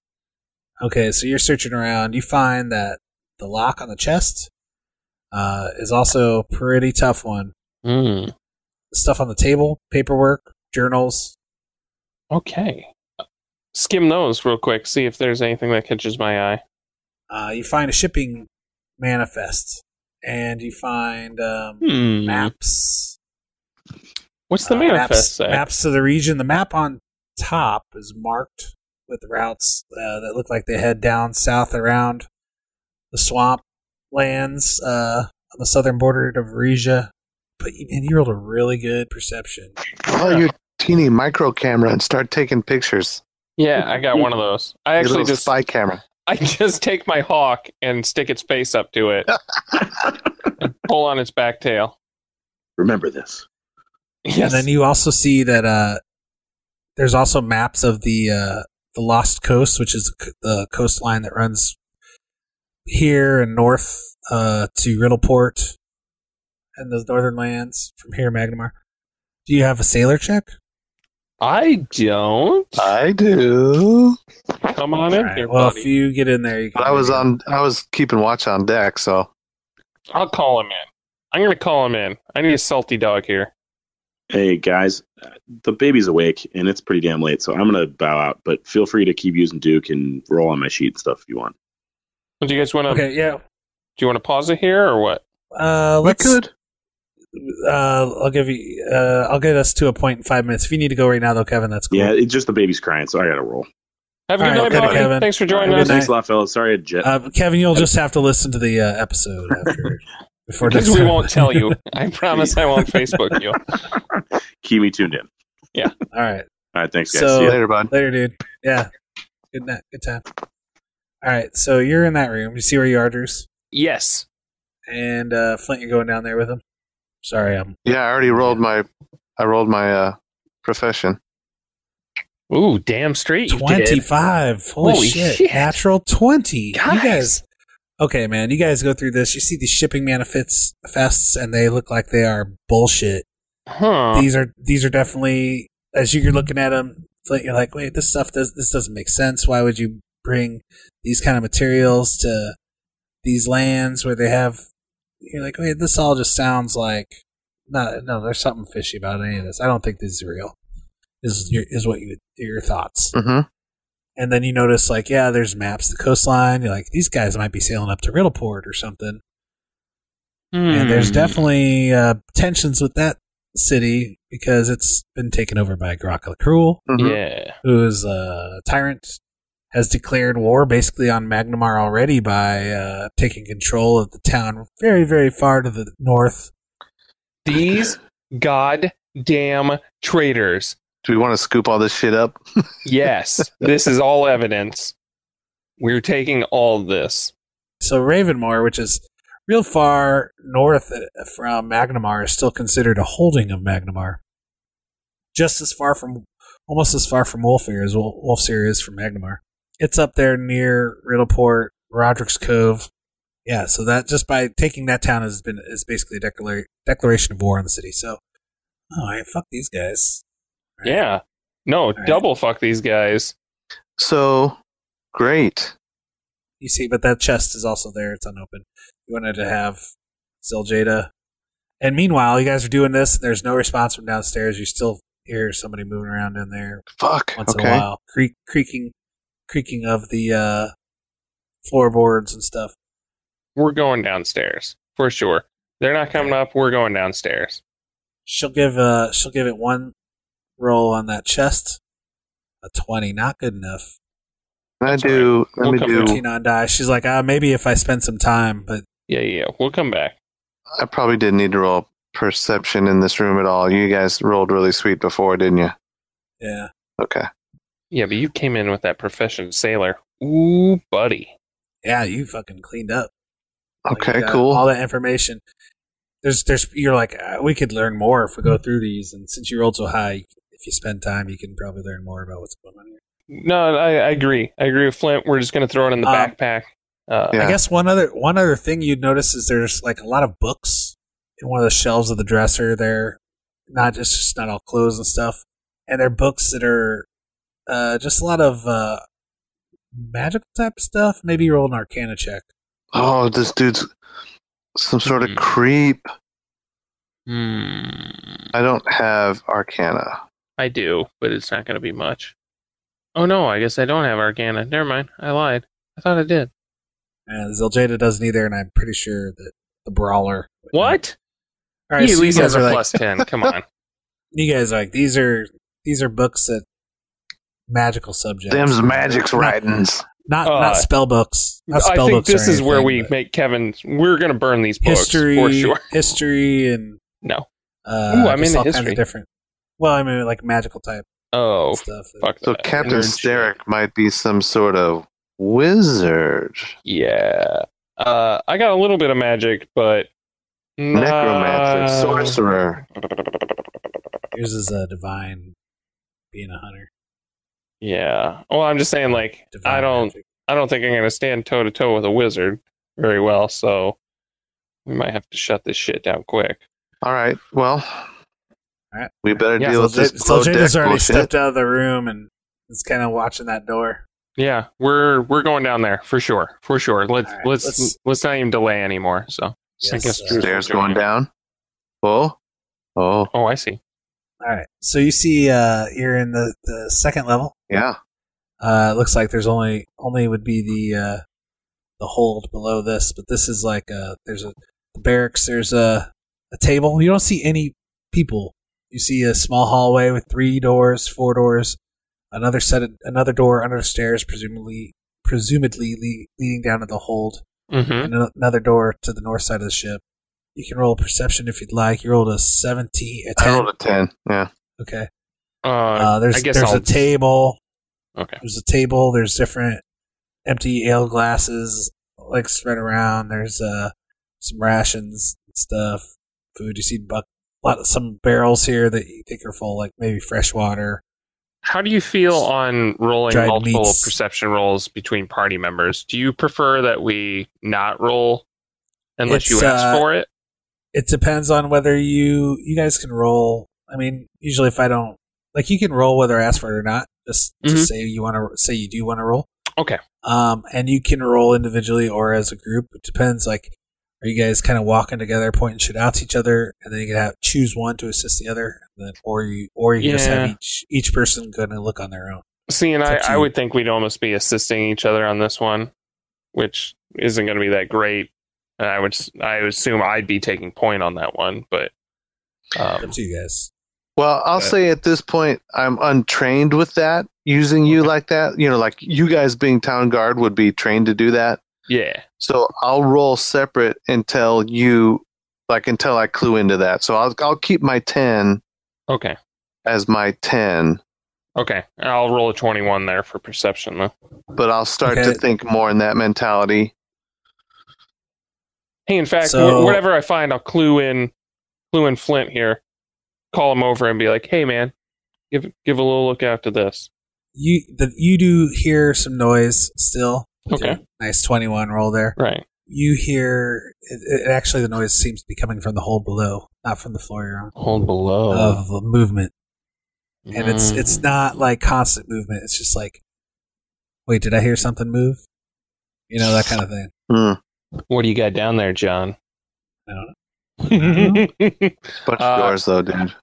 Speaker 3: Okay, so you're searching around. You find that the lock on the chest uh, is also a pretty tough one.
Speaker 6: Mm,
Speaker 3: Stuff on the table, paperwork, journals,
Speaker 6: okay. Skim those real quick. See if there's anything that catches my eye.
Speaker 3: uh, you find a shipping manifest and you find um,
Speaker 6: Hmm.
Speaker 3: maps.
Speaker 6: What's the
Speaker 3: uh,
Speaker 6: manifest
Speaker 3: maps,
Speaker 6: say?
Speaker 3: maps to the region. The map on top is marked with routes uh, that look like they head down south around the swamp lands uh, on the southern border of Rija. But you- man, you rolled a really good perception.
Speaker 5: Pull out your teeny micro camera and start taking pictures.
Speaker 6: Yeah, I got one of those. I
Speaker 5: your
Speaker 6: actually
Speaker 5: little
Speaker 6: just
Speaker 5: spy camera.
Speaker 6: I just take my hawk and stick its face up to it. and pull on its back tail.
Speaker 4: Remember this.
Speaker 3: And
Speaker 6: Yes.
Speaker 3: then you also see that uh, there's also maps of the uh, the Lost Coast, which is c- the coastline that runs here and north uh, to Riddleport and those northern lands from here, Magnamar. Do you have a sailor check?
Speaker 6: I don't.
Speaker 5: I do.
Speaker 6: Come on in
Speaker 3: Alright,
Speaker 6: here,
Speaker 3: well,
Speaker 6: buddy.
Speaker 3: if you get in there, you can
Speaker 5: But I was on. I was keeping watch on deck, so
Speaker 6: I'll call him in. I'm gonna call him in. I need a salty dog here.
Speaker 4: Hey guys, uh, the baby's awake and it's pretty damn late, so I'm gonna bow out. But feel free to keep using Duke and roll on my sheet and stuff if you want.
Speaker 6: Do you guys want to?
Speaker 3: Okay, yeah.
Speaker 6: Do you want to pause it here or what?
Speaker 3: Uh,
Speaker 5: we
Speaker 3: let's,
Speaker 5: could.
Speaker 3: Uh, I'll give you. Uh, I'll get us to a point in five minutes. If you need to go right now, though, Kevin, that's cool.
Speaker 4: Yeah, it's just the baby's crying, so I gotta roll.
Speaker 6: Have a
Speaker 3: All
Speaker 6: good
Speaker 3: right,
Speaker 6: night,
Speaker 3: okay,
Speaker 6: Bobby.
Speaker 3: Kevin.
Speaker 6: Thanks for joining
Speaker 3: All right,
Speaker 6: us.
Speaker 3: good night.
Speaker 4: Thanks a lot, fellas. Sorry, I jet.
Speaker 3: Uh, Kevin, you'll just have to listen to the uh, episode after. Before
Speaker 6: Because
Speaker 3: next
Speaker 6: we
Speaker 3: time.
Speaker 6: won't tell you. I promise I won't Facebook you.
Speaker 4: Keep me tuned in. All
Speaker 3: All right.
Speaker 4: right, thanks guys.
Speaker 3: So-
Speaker 4: See ya.
Speaker 5: Later, bud.
Speaker 3: Later, dude. Yeah. Good night. Good time. All right. So you're in that room. You see where you are, Drews?
Speaker 6: Yes.
Speaker 3: And uh, Flint, you're going down there with him. Sorry, I'm.
Speaker 5: Yeah, I already rolled my. I rolled my uh, profession.
Speaker 6: Ooh, damn straight. you did.
Speaker 3: 25. Holy,
Speaker 6: Holy
Speaker 3: shit.
Speaker 6: shit.
Speaker 3: Natural 20. You
Speaker 6: Guys.
Speaker 3: guys. Okay, man. You guys go through this. You see these shipping manifests, fests, and they look like they are bullshit.
Speaker 6: Huh.
Speaker 3: these are these are definitely as you're looking at them Flint, you're like wait this stuff does this doesn't make sense why would you bring these kind of materials to these lands where they have you're like wait this all just sounds like no no there's something fishy about any of this i don't think this is real is your is what you your thoughts
Speaker 5: hmm
Speaker 3: and then you notice like yeah there's maps the coastline you're like these guys might be sailing up to riddleport or something and there's
Speaker 6: Hmm.
Speaker 3: definitely uh, tensions with that city because it's been taken over by Grokka the Cruel,
Speaker 5: mm-hmm.
Speaker 6: Yeah.
Speaker 3: who is a tyrant, has declared war basically on Magnamar already by uh, taking control of the town very, very far to the north.
Speaker 6: These goddamn traitors.
Speaker 5: Do we want to scoop all this shit up?
Speaker 6: Yes, this is all evidence. We're taking all this.
Speaker 3: So Ravenmore, which is real far north uh, from Magnamar, is still considered a holding of Magnamar. Just as far from, almost as far from Wolfear as Wol- Wolfseer is from Magnamar. It's up there near Riddleport, Roderick's Cove. Yeah, so that just by taking that town has been is basically a declara- declaration of war on the city. So, all right, fuck these guys.
Speaker 6: Yeah. No,
Speaker 3: right.
Speaker 6: double fuck these guys.
Speaker 5: So great.
Speaker 3: You see, but that chest is also there. It's unopened. You wanted to have Ziljada. And meanwhile, you guys are doing this, and there's no response from downstairs. You still hear somebody moving around in there
Speaker 5: Fuck.
Speaker 3: once in a
Speaker 5: Okay.
Speaker 3: while, Creak, creaking, creaking of the uh, floorboards and stuff.
Speaker 6: We're going downstairs for sure. They're not coming up. We're going downstairs.
Speaker 3: She'll give uh she'll give it one roll on that chest. A twenty, not good enough.
Speaker 5: I do.
Speaker 6: We'll
Speaker 5: Let
Speaker 6: come
Speaker 5: me do.
Speaker 3: Thirteen on die. She's like, ah, maybe if I spend some time, but
Speaker 6: Yeah, yeah. We'll come back.
Speaker 5: I probably didn't need to roll perception in this room at all. You guys rolled really sweet before, didn't you?
Speaker 3: yeah.
Speaker 5: Okay.
Speaker 6: Yeah, but you came in with that profession sailor. Ooh, buddy.
Speaker 3: Yeah, you fucking cleaned up. Like, Oh, you
Speaker 5: Okay.
Speaker 3: got
Speaker 5: Cool.
Speaker 3: All that information. There's, there's. You're like, uh, we could learn more if we go through these. And since you rolled so high, if you spend time, you can probably learn more about what's going on here.
Speaker 6: No, I, I agree. I agree with Flint. We're just going to throw it in the
Speaker 3: Um,
Speaker 6: backpack. Uh,
Speaker 5: Yeah.
Speaker 3: I guess one other, one other thing you'd notice is there's like a lot of books in one of the shelves of the dresser. There, not just, just not all clothes and stuff, and they're books that are, uh, just a lot of uh, magical type stuff. Maybe roll an Arcana check.
Speaker 5: Oh, this dude's some sort of
Speaker 6: Mhm.
Speaker 5: creep.
Speaker 6: hmm,
Speaker 5: I don't have Arcana.
Speaker 6: I do, but it's not going to be much. Oh, no, I guess I don't have Arcana. Never mind. I lied. I thought I did.
Speaker 3: And Ziljada doesn't either, and I'm pretty sure that the brawler. would know.
Speaker 6: What?
Speaker 3: All right,
Speaker 6: you
Speaker 3: so
Speaker 6: at least
Speaker 3: you guys
Speaker 6: has a
Speaker 3: are like,
Speaker 6: plus 10. Come on.
Speaker 3: you guys are like these are these are books that magical subjects.
Speaker 5: Them's magic's
Speaker 3: Not-
Speaker 5: writings.
Speaker 3: Not
Speaker 6: Uh,
Speaker 3: not spell books. Not
Speaker 6: I
Speaker 3: spell
Speaker 6: think
Speaker 3: books or
Speaker 6: this is where
Speaker 3: anything,
Speaker 6: we
Speaker 3: but
Speaker 6: make Kevin. We're going to burn these books
Speaker 3: history,
Speaker 6: for sure.
Speaker 3: history, and
Speaker 6: No.
Speaker 3: uh,
Speaker 6: Ooh, I'm
Speaker 3: just
Speaker 6: into
Speaker 3: all kinds of
Speaker 6: history.
Speaker 3: different. Well, I mean, like magical type
Speaker 6: Oh,
Speaker 3: stuff.
Speaker 6: fuck
Speaker 5: So
Speaker 6: that.
Speaker 5: Captain
Speaker 6: Energy.
Speaker 5: Steric might be some sort of wizard.
Speaker 6: Yeah. Uh, I got a little bit of magic, but. Uh,
Speaker 5: Necromancer,
Speaker 6: No.
Speaker 5: sorcerer.
Speaker 3: Yours is a divine, being a hunter.
Speaker 6: Yeah. Well, I'm just saying, like,
Speaker 3: Divine
Speaker 6: I don't,
Speaker 3: magic.
Speaker 6: I don't think I'm gonna stand toe to toe with a wizard very well. So we might have to shut this shit down quick.
Speaker 5: All right. Well,
Speaker 3: Alright.
Speaker 5: we better
Speaker 6: Yeah,
Speaker 5: deal with this
Speaker 3: So
Speaker 5: below deck
Speaker 3: Jada's already
Speaker 5: bullshit.
Speaker 3: stepped out of the room and is kind of watching that door.
Speaker 6: Yeah, we're we're going down there for sure, for sure. Let's
Speaker 3: All right,
Speaker 6: let's, let's
Speaker 3: let's-
Speaker 6: not even delay anymore. So I
Speaker 3: Yes,
Speaker 6: guess
Speaker 3: uh,
Speaker 6: Drew's
Speaker 5: Stairs
Speaker 6: gonna join
Speaker 5: going
Speaker 6: in.
Speaker 5: down. Oh, oh,
Speaker 6: Oh, I see.
Speaker 3: All right. So you see, uh, you're in the, the second level.
Speaker 5: yeah.
Speaker 3: Uh, it looks like there's only only would be the uh, the hold below this, but this is like uh there's a the barracks. There's a a table. You don't see any people. You see a small hallway with three doors, four doors, another set, of, another door under the stairs, presumably presumably le- leading down to the hold,
Speaker 6: Mm-hmm.
Speaker 3: and an- another door to the north side of the ship. You can roll perception if you'd like. You rolled a seventeen, a
Speaker 5: I
Speaker 3: ten.
Speaker 5: rolled a ten. Yeah.
Speaker 3: Okay.
Speaker 6: Uh,
Speaker 3: Uh, there's
Speaker 6: I guess
Speaker 3: there's
Speaker 6: I'll-
Speaker 3: a table.
Speaker 6: okay.
Speaker 3: There's a table. There's different empty ale glasses like spread around. There's uh some rations and stuff, food. You see buck, lot some barrels here that you think are full, like maybe fresh water.
Speaker 6: How do you feel on rolling
Speaker 3: Dried
Speaker 6: multiple
Speaker 3: meats.
Speaker 6: perception rolls between party members? Do you prefer that we not roll unless
Speaker 3: It's,
Speaker 6: you ask
Speaker 3: uh,
Speaker 6: for it?
Speaker 3: It depends on whether you you guys can roll. I mean, usually if I don't like, you can roll whether I ask for it or not. Just
Speaker 6: Mhm.
Speaker 3: just say you want to say you do want to roll.
Speaker 6: Okay.
Speaker 3: Um, and you can roll individually or as a group. It depends. Like, are you guys kind of walking together, pointing shit out to each other, and then you can have choose one to assist the other, and then, or you or you can just have
Speaker 6: Yeah.
Speaker 3: each each person go and look on their own.
Speaker 6: See, and
Speaker 3: It's
Speaker 6: I,
Speaker 3: up to
Speaker 6: I
Speaker 3: you.
Speaker 6: would think we'd almost be assisting each other on this one, which isn't going to be that great. And I would s- I would assume I'd be taking point on that one, but
Speaker 3: Up
Speaker 6: um,
Speaker 3: to you guys.
Speaker 5: Well, I'll
Speaker 6: But-
Speaker 5: say at this point, I'm untrained with that. Using you like that, you know, like you guys being town guard would be trained to do that.
Speaker 6: yeah,
Speaker 5: So I'll roll separate until you, like, until I clue into that. So I'll I'll keep my ten
Speaker 6: okay,
Speaker 5: as my ten,
Speaker 6: okay. I'll roll a twenty-one there for perception, though.
Speaker 5: but I'll start to
Speaker 3: Okay.
Speaker 5: think more in that mentality.
Speaker 6: Hey, in fact, wh-
Speaker 3: So-
Speaker 6: whatever I find, I'll clue in, clue in Flint here, call him over and be like, "Hey, man, give give a little look out to this."
Speaker 3: You the, you do hear some noise still. with
Speaker 6: Okay.
Speaker 3: your Nice twenty one roll there.
Speaker 6: Right?
Speaker 3: You hear it, it, actually the noise seems to be coming from the hole below, not from the floor you're on.
Speaker 6: Hold below,
Speaker 5: Oh.
Speaker 6: Mm.
Speaker 3: Of the movement. and
Speaker 5: Mm.
Speaker 3: it's it's not like constant movement. It's just like, wait, did I hear something move? You know that kind of thing.
Speaker 5: Hmm.
Speaker 6: What do you got down there, John?
Speaker 3: I don't know.
Speaker 5: Bunch
Speaker 6: Uh,
Speaker 5: of doors though, dude.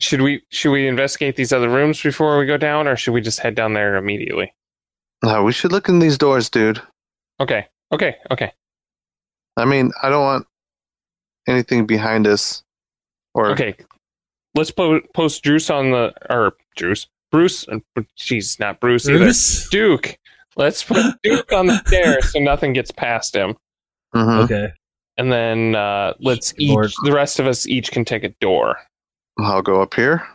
Speaker 6: Should we should we investigate these other rooms before we go down, or should we just head down there immediately?
Speaker 5: Oh, No, we should look in these doors, dude.
Speaker 6: Okay, okay, okay.
Speaker 5: I mean, I don't want anything behind us. Or
Speaker 6: Okay, let's po- post Druce on the or Druce Bruce. uh, Jeez, not Bruce either.
Speaker 3: Bruce?
Speaker 6: Duke. Let's put Duke on the stairs so nothing gets past him,
Speaker 5: Mhm.
Speaker 3: Okay.
Speaker 6: and then uh, let's each
Speaker 3: Lord.
Speaker 6: the rest of us each can take a door,
Speaker 5: I'll go up here.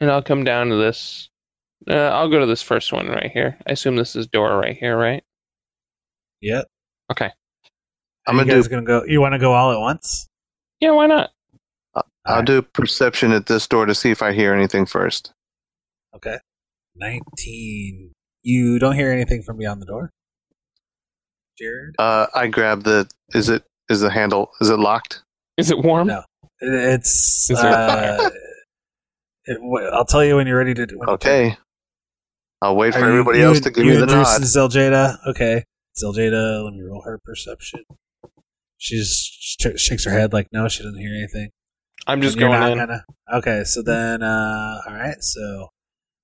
Speaker 6: and I'll come down to this. Uh, I'll go to this first one right here. I assume this is door right here, right?
Speaker 3: Yep.
Speaker 6: Okay.
Speaker 5: I'm
Speaker 3: you
Speaker 5: gonna
Speaker 3: guys
Speaker 5: do-
Speaker 3: gonna go. You want to go all at once?
Speaker 6: Yeah, why not?
Speaker 5: I'll
Speaker 3: Alright.
Speaker 5: do perception at this door to see if I hear anything first.
Speaker 3: Okay. Nineteen. You don't hear anything from beyond the door. Jared,
Speaker 5: Uh, I grab the. Is it is the handle? Is it locked?
Speaker 6: Is it warm?
Speaker 3: No. it's.
Speaker 6: Is there a
Speaker 3: Uh, it, I'll tell you when you're ready to. do- When you take
Speaker 5: Okay. I'll wait for
Speaker 3: Are you-
Speaker 5: everybody
Speaker 3: you
Speaker 5: else
Speaker 3: and-
Speaker 5: to give
Speaker 3: you
Speaker 5: me the
Speaker 3: and Bruce
Speaker 5: nod.
Speaker 3: and Zeljada. Okay, Zeljada. Let me roll her perception. She's she shakes her head like no, she doesn't hear anything.
Speaker 6: I'm just
Speaker 3: And you're
Speaker 6: going
Speaker 3: not
Speaker 6: in.
Speaker 3: gonna- okay, so then uh, all right, so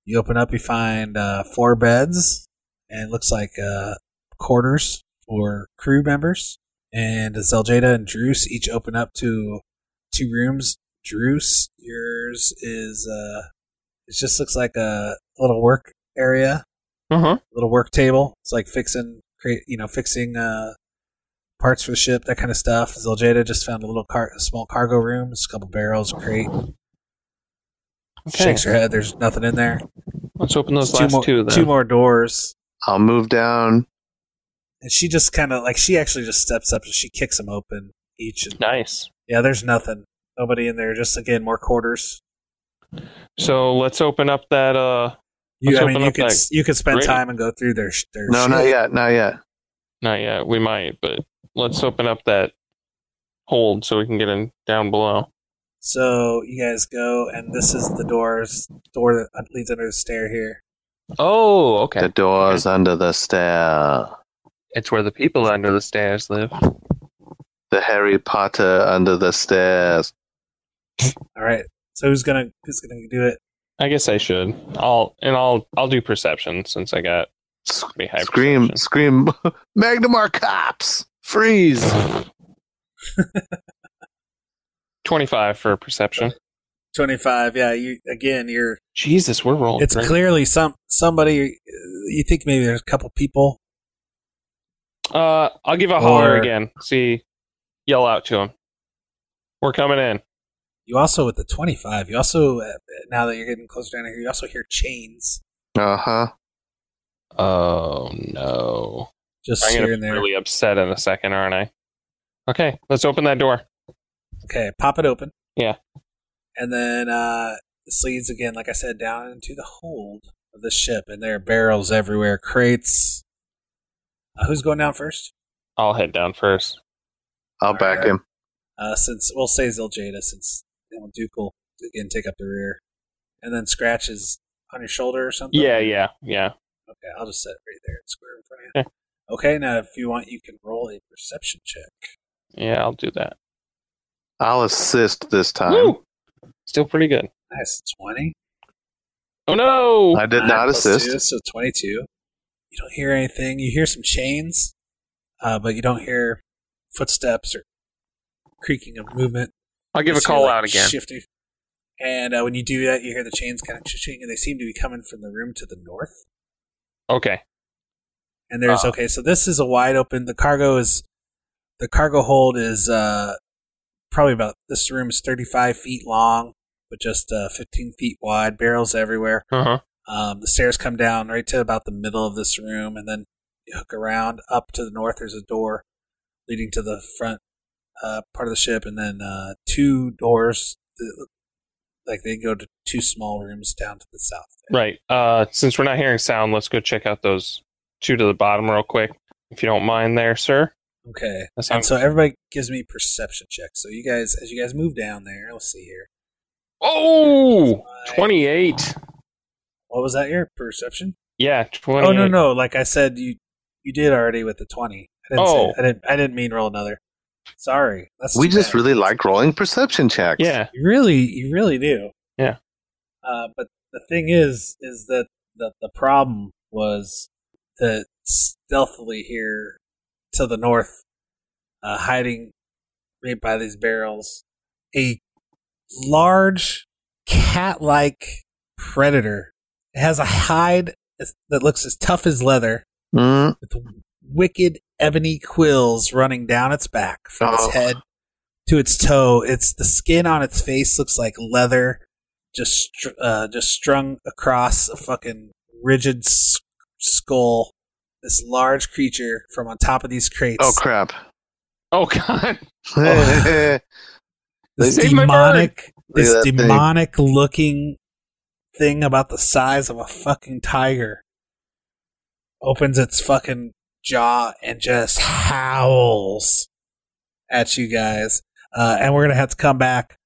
Speaker 3: you open up, you find uh, four beds, and it looks like uh, quarters for crew members. And Zeljada and Druce each open up to two rooms. Druce, yours is uh, it just looks like a little work area
Speaker 6: Uh-huh.
Speaker 3: little work table. It's like fixing, create, you know, fixing uh, parts for the ship, that kind of stuff. Ziljada just found a little car, a small cargo room, just a couple barrels, a crate.
Speaker 6: Okay.
Speaker 3: Shakes her head. There's nothing in there.
Speaker 6: Let's open those
Speaker 3: Just
Speaker 6: last
Speaker 3: more,
Speaker 6: two. Then.
Speaker 3: two more doors,
Speaker 5: I'll move down.
Speaker 3: and she just kind of like she actually just steps up and she kicks them open each. And,
Speaker 6: Nice.
Speaker 3: yeah, there's nothing. Nobody in there. Just again, more quarters.
Speaker 6: So let's open up that. Uh,
Speaker 3: You,
Speaker 6: Let's
Speaker 3: I mean,
Speaker 6: open
Speaker 3: you
Speaker 6: up
Speaker 3: could
Speaker 6: that
Speaker 3: s- you could spend
Speaker 6: crate.
Speaker 3: time and go through their sh- their.
Speaker 5: No,
Speaker 3: shit.
Speaker 5: not yet. Not yet.
Speaker 6: not yet. We might, but let's open up that hold so we can get in down below.
Speaker 3: So you guys go, and this is the doors door that uh, leads under the stair here.
Speaker 6: Oh, okay.
Speaker 5: The doors under the stair.
Speaker 6: It's where the people under the stairs live.
Speaker 5: The Harry Potter under the stairs.
Speaker 3: All right. So who's gonna who's gonna do it?
Speaker 6: I guess I should. I'll and I'll I'll do perception since I got
Speaker 5: S-
Speaker 6: pretty high
Speaker 5: Scream,
Speaker 6: perception.
Speaker 5: scream, Magnamar cops! Freeze!
Speaker 6: Twenty-five for perception.
Speaker 3: Twenty five. Yeah. You again. You're.
Speaker 6: Jesus, we're rolling.
Speaker 3: It's
Speaker 6: great.
Speaker 3: clearly some somebody. uh, You think maybe there's a couple people.
Speaker 6: Uh, I'll give a holler
Speaker 3: Or-
Speaker 6: again. See, yell out to him. We're coming in.
Speaker 3: You also with the twenty five. You also uh, now that you're getting closer down here, you also hear chains
Speaker 5: Uh huh.
Speaker 6: Oh no!
Speaker 3: just
Speaker 6: I'm
Speaker 3: here
Speaker 6: gonna
Speaker 3: and
Speaker 6: be
Speaker 3: there.
Speaker 6: really upset in a second, aren't I? Okay, let's open that door.
Speaker 3: Okay. Pop it open.
Speaker 6: Yeah.
Speaker 3: And then uh this leads again, like I said, down into the hold of the ship, and there are barrels everywhere, crates. Uh, who's going down first?
Speaker 6: I'll head down first.
Speaker 5: I'll back him.
Speaker 3: Uh, since we'll say Ziljada, since you know, Duke will again take up the rear, and then Scratch is on your shoulder or something.
Speaker 6: Yeah, yeah, yeah.
Speaker 3: Okay, I'll just set it right there, square in front of you. okay, now if you want, you can roll a perception check.
Speaker 6: Yeah, I'll do that.
Speaker 5: I'll assist this
Speaker 3: Um,
Speaker 5: time.
Speaker 6: Woo! Still pretty good.
Speaker 3: Nice, twenty.
Speaker 6: Oh no!
Speaker 5: I did
Speaker 3: Nine
Speaker 5: not
Speaker 3: plus
Speaker 5: assist.
Speaker 3: two, so twenty-two. You don't hear anything. You hear some chains, uh, but you don't hear footsteps or creaking of movement.
Speaker 6: I'll give
Speaker 3: You
Speaker 6: a
Speaker 3: see,
Speaker 6: call
Speaker 3: like,
Speaker 6: out again.
Speaker 3: Shifting. And uh, when you do that, you hear the chains kind of ching, and they seem to be coming from the room to the north.
Speaker 6: Okay.
Speaker 3: and there's
Speaker 6: Ah.
Speaker 3: okay so this is a wide open the cargo is the cargo hold is uh probably about this room is 35 feet long but just uh 15 feet wide barrels everywhere
Speaker 6: Uh huh.
Speaker 3: um the stairs come down right to about the middle of this room and then you hook around up to the north there's a door leading to the front uh part of the ship and then uh two doors that look like they go to two small rooms down to the south
Speaker 6: Right. Uh, since we're not hearing sound, let's go check out those two to the bottom real quick, if you don't mind, there, sir.
Speaker 3: Okay.
Speaker 6: That
Speaker 3: And
Speaker 6: sounds-
Speaker 3: so everybody gives me perception checks. So you guys, as you guys move down there, let's see here.
Speaker 6: Oh,
Speaker 3: My-
Speaker 6: 28.
Speaker 3: What was that? Your perception?
Speaker 6: Yeah, 28.
Speaker 3: Oh no, no. Like I said, you you did already with the twenty. I didn't.
Speaker 6: Oh.
Speaker 3: Say, I didn't. I didn't mean roll another. Sorry. That's
Speaker 5: We
Speaker 3: too
Speaker 5: just
Speaker 3: bad.
Speaker 5: really like rolling perception checks.
Speaker 6: Yeah.
Speaker 3: You really, you really do.
Speaker 6: Yeah.
Speaker 3: Uh, but the thing is, is that the, the problem was that stealthily here to the north, uh, hiding right by these barrels, a large cat like predator. It has a hide as- that looks as tough as leather
Speaker 5: Mm,
Speaker 3: with wicked ebony quills running down its back from
Speaker 5: Oh.
Speaker 3: its head to its toe. It's the skin on its face looks like leather, just str- uh, just strung across a fucking rigid s- skull. This large creature from on top of these crates.
Speaker 5: oh crap!
Speaker 6: Oh God!
Speaker 5: yeah,
Speaker 3: this
Speaker 6: Save my bird.
Speaker 3: demonic,
Speaker 5: Look at
Speaker 3: this
Speaker 5: that thing.
Speaker 3: demonic looking thing about the size of a fucking tiger opens its fucking jaw and just howls at you guys. Uh, and we're gonna have to come back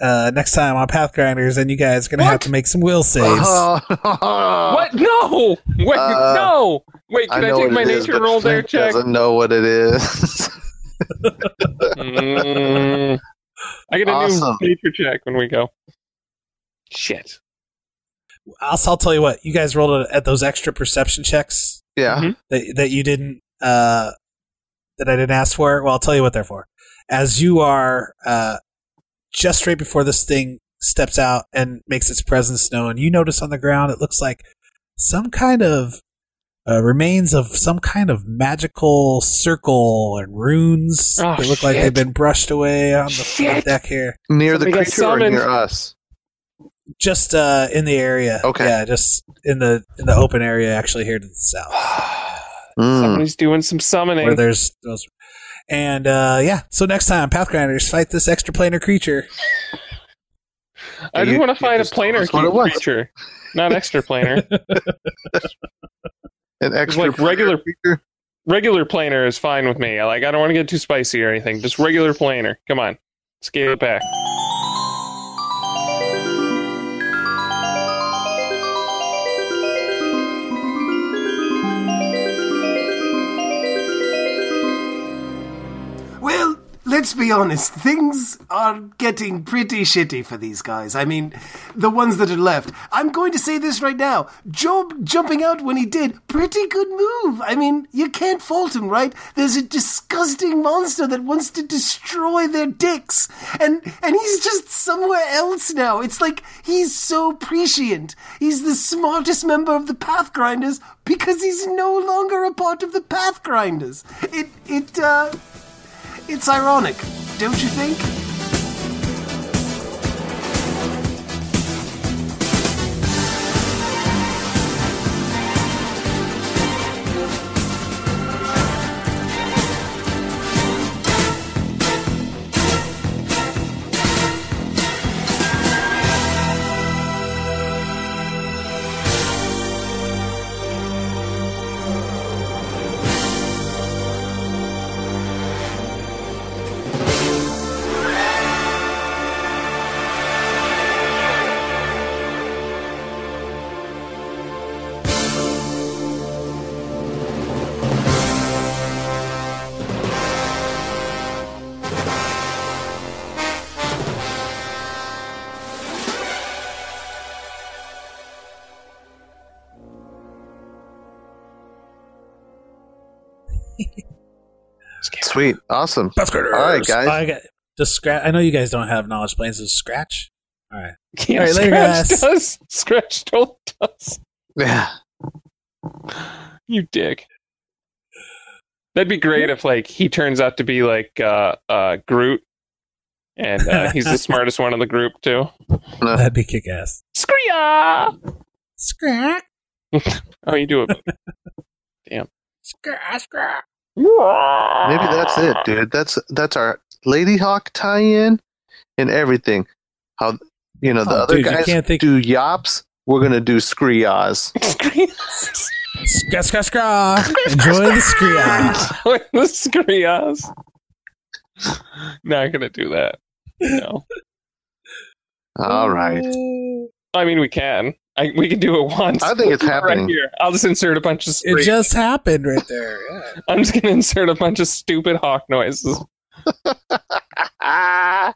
Speaker 3: uh, next time on Path Grinders, and you guys are gonna have
Speaker 5: What? Uh-huh.
Speaker 3: to make some will saves.
Speaker 5: what?
Speaker 3: Uh,
Speaker 6: what? No! Wait,
Speaker 5: Uh,
Speaker 6: no! Wait, can I, take my nature roll there? Check.
Speaker 5: Doesn't know what it is.
Speaker 6: Mm. I get a
Speaker 5: Awesome.
Speaker 6: new nature check when we go. Shit.
Speaker 3: I'll, I'll tell you what, you guys rolled at those extra perception checks
Speaker 5: yeah.
Speaker 6: Mm-hmm.
Speaker 3: that that you didn't uh that I didn't ask for. Well, I'll tell you what they're for. As you are uh just right before this thing steps out and makes its presence known, you notice on the ground it looks like some kind of uh, remains of some kind of magical circle and runes.
Speaker 6: Oh,
Speaker 3: they look like
Speaker 6: shit.
Speaker 3: they've been brushed away on the front deck here.
Speaker 5: Near the
Speaker 6: Somebody got
Speaker 5: creature or
Speaker 6: summoned.
Speaker 5: near us?
Speaker 3: Just uh in the area.
Speaker 5: Okay.
Speaker 3: Yeah, just in the in the open area actually here to the south.
Speaker 5: Mm.
Speaker 6: Somebody's doing some
Speaker 3: where
Speaker 6: summoning.
Speaker 3: there's those. And uh, yeah, so next time, Pathgrinders fight this extraplanar creature.
Speaker 6: I
Speaker 5: You-
Speaker 6: just want to
Speaker 5: you
Speaker 6: find a
Speaker 5: just told
Speaker 6: planar
Speaker 5: us what it was.
Speaker 6: creature, not extra planar.
Speaker 5: An extra
Speaker 6: like regular-
Speaker 5: creature?
Speaker 6: regular planar is fine with me. I Like I don't want to get too spicy or anything. Just regular planar. Come on, scale it back.
Speaker 1: Well, let's be honest. Things are getting pretty shitty for these guys. I mean, the ones that are left. I'm going to say this right now. Job jumping out when he did, pretty good move. I mean, you can't fault him, right? There's a disgusting monster that wants to destroy their dicks, and and he's just somewhere else now. It's like he's so prescient. He's the smartest member of the Pathgrinders because he's no longer a part of the Pathgrinders. It it uh. It's ironic, don't you think?
Speaker 5: Sweet. Awesome.
Speaker 3: Pathgrinders.
Speaker 5: All right, guys.
Speaker 3: I got just scratch. I know you guys don't have knowledge planes. So scratch. All right.
Speaker 6: Yeah,
Speaker 3: All right, later,
Speaker 6: scratch
Speaker 3: guys.
Speaker 6: does. Scratch told does.
Speaker 5: Yeah.
Speaker 6: You dick. That'd be great if like he turns out to be like uh uh Groot and uh, he's the smartest one in the group too.
Speaker 5: No.
Speaker 3: That'd be kick ass.
Speaker 6: Scria!
Speaker 3: Scratch.
Speaker 6: Oh, you do it.
Speaker 3: Scratch. Scratch.
Speaker 5: Maybe that's it, dude. That's that's our Lady Hawk tie-in and everything. How you know the
Speaker 3: Oh,
Speaker 5: other
Speaker 3: dude, you
Speaker 5: guys
Speaker 3: can't think-
Speaker 5: do yops. We're gonna do screeyaws.
Speaker 6: Scria.
Speaker 3: Scratch. Scratch. Scratch. Enjoy the scratch.
Speaker 6: the Skrias. Not gonna do that. No.
Speaker 5: All right.
Speaker 6: I mean, we can. I, we can do it once.
Speaker 5: I think it's happening.
Speaker 6: Right here. I'll just insert a bunch of.
Speaker 3: It
Speaker 6: Scri-
Speaker 3: just happened right there. Yeah.
Speaker 6: I'm just gonna insert a bunch of stupid hawk noises.
Speaker 5: Ah,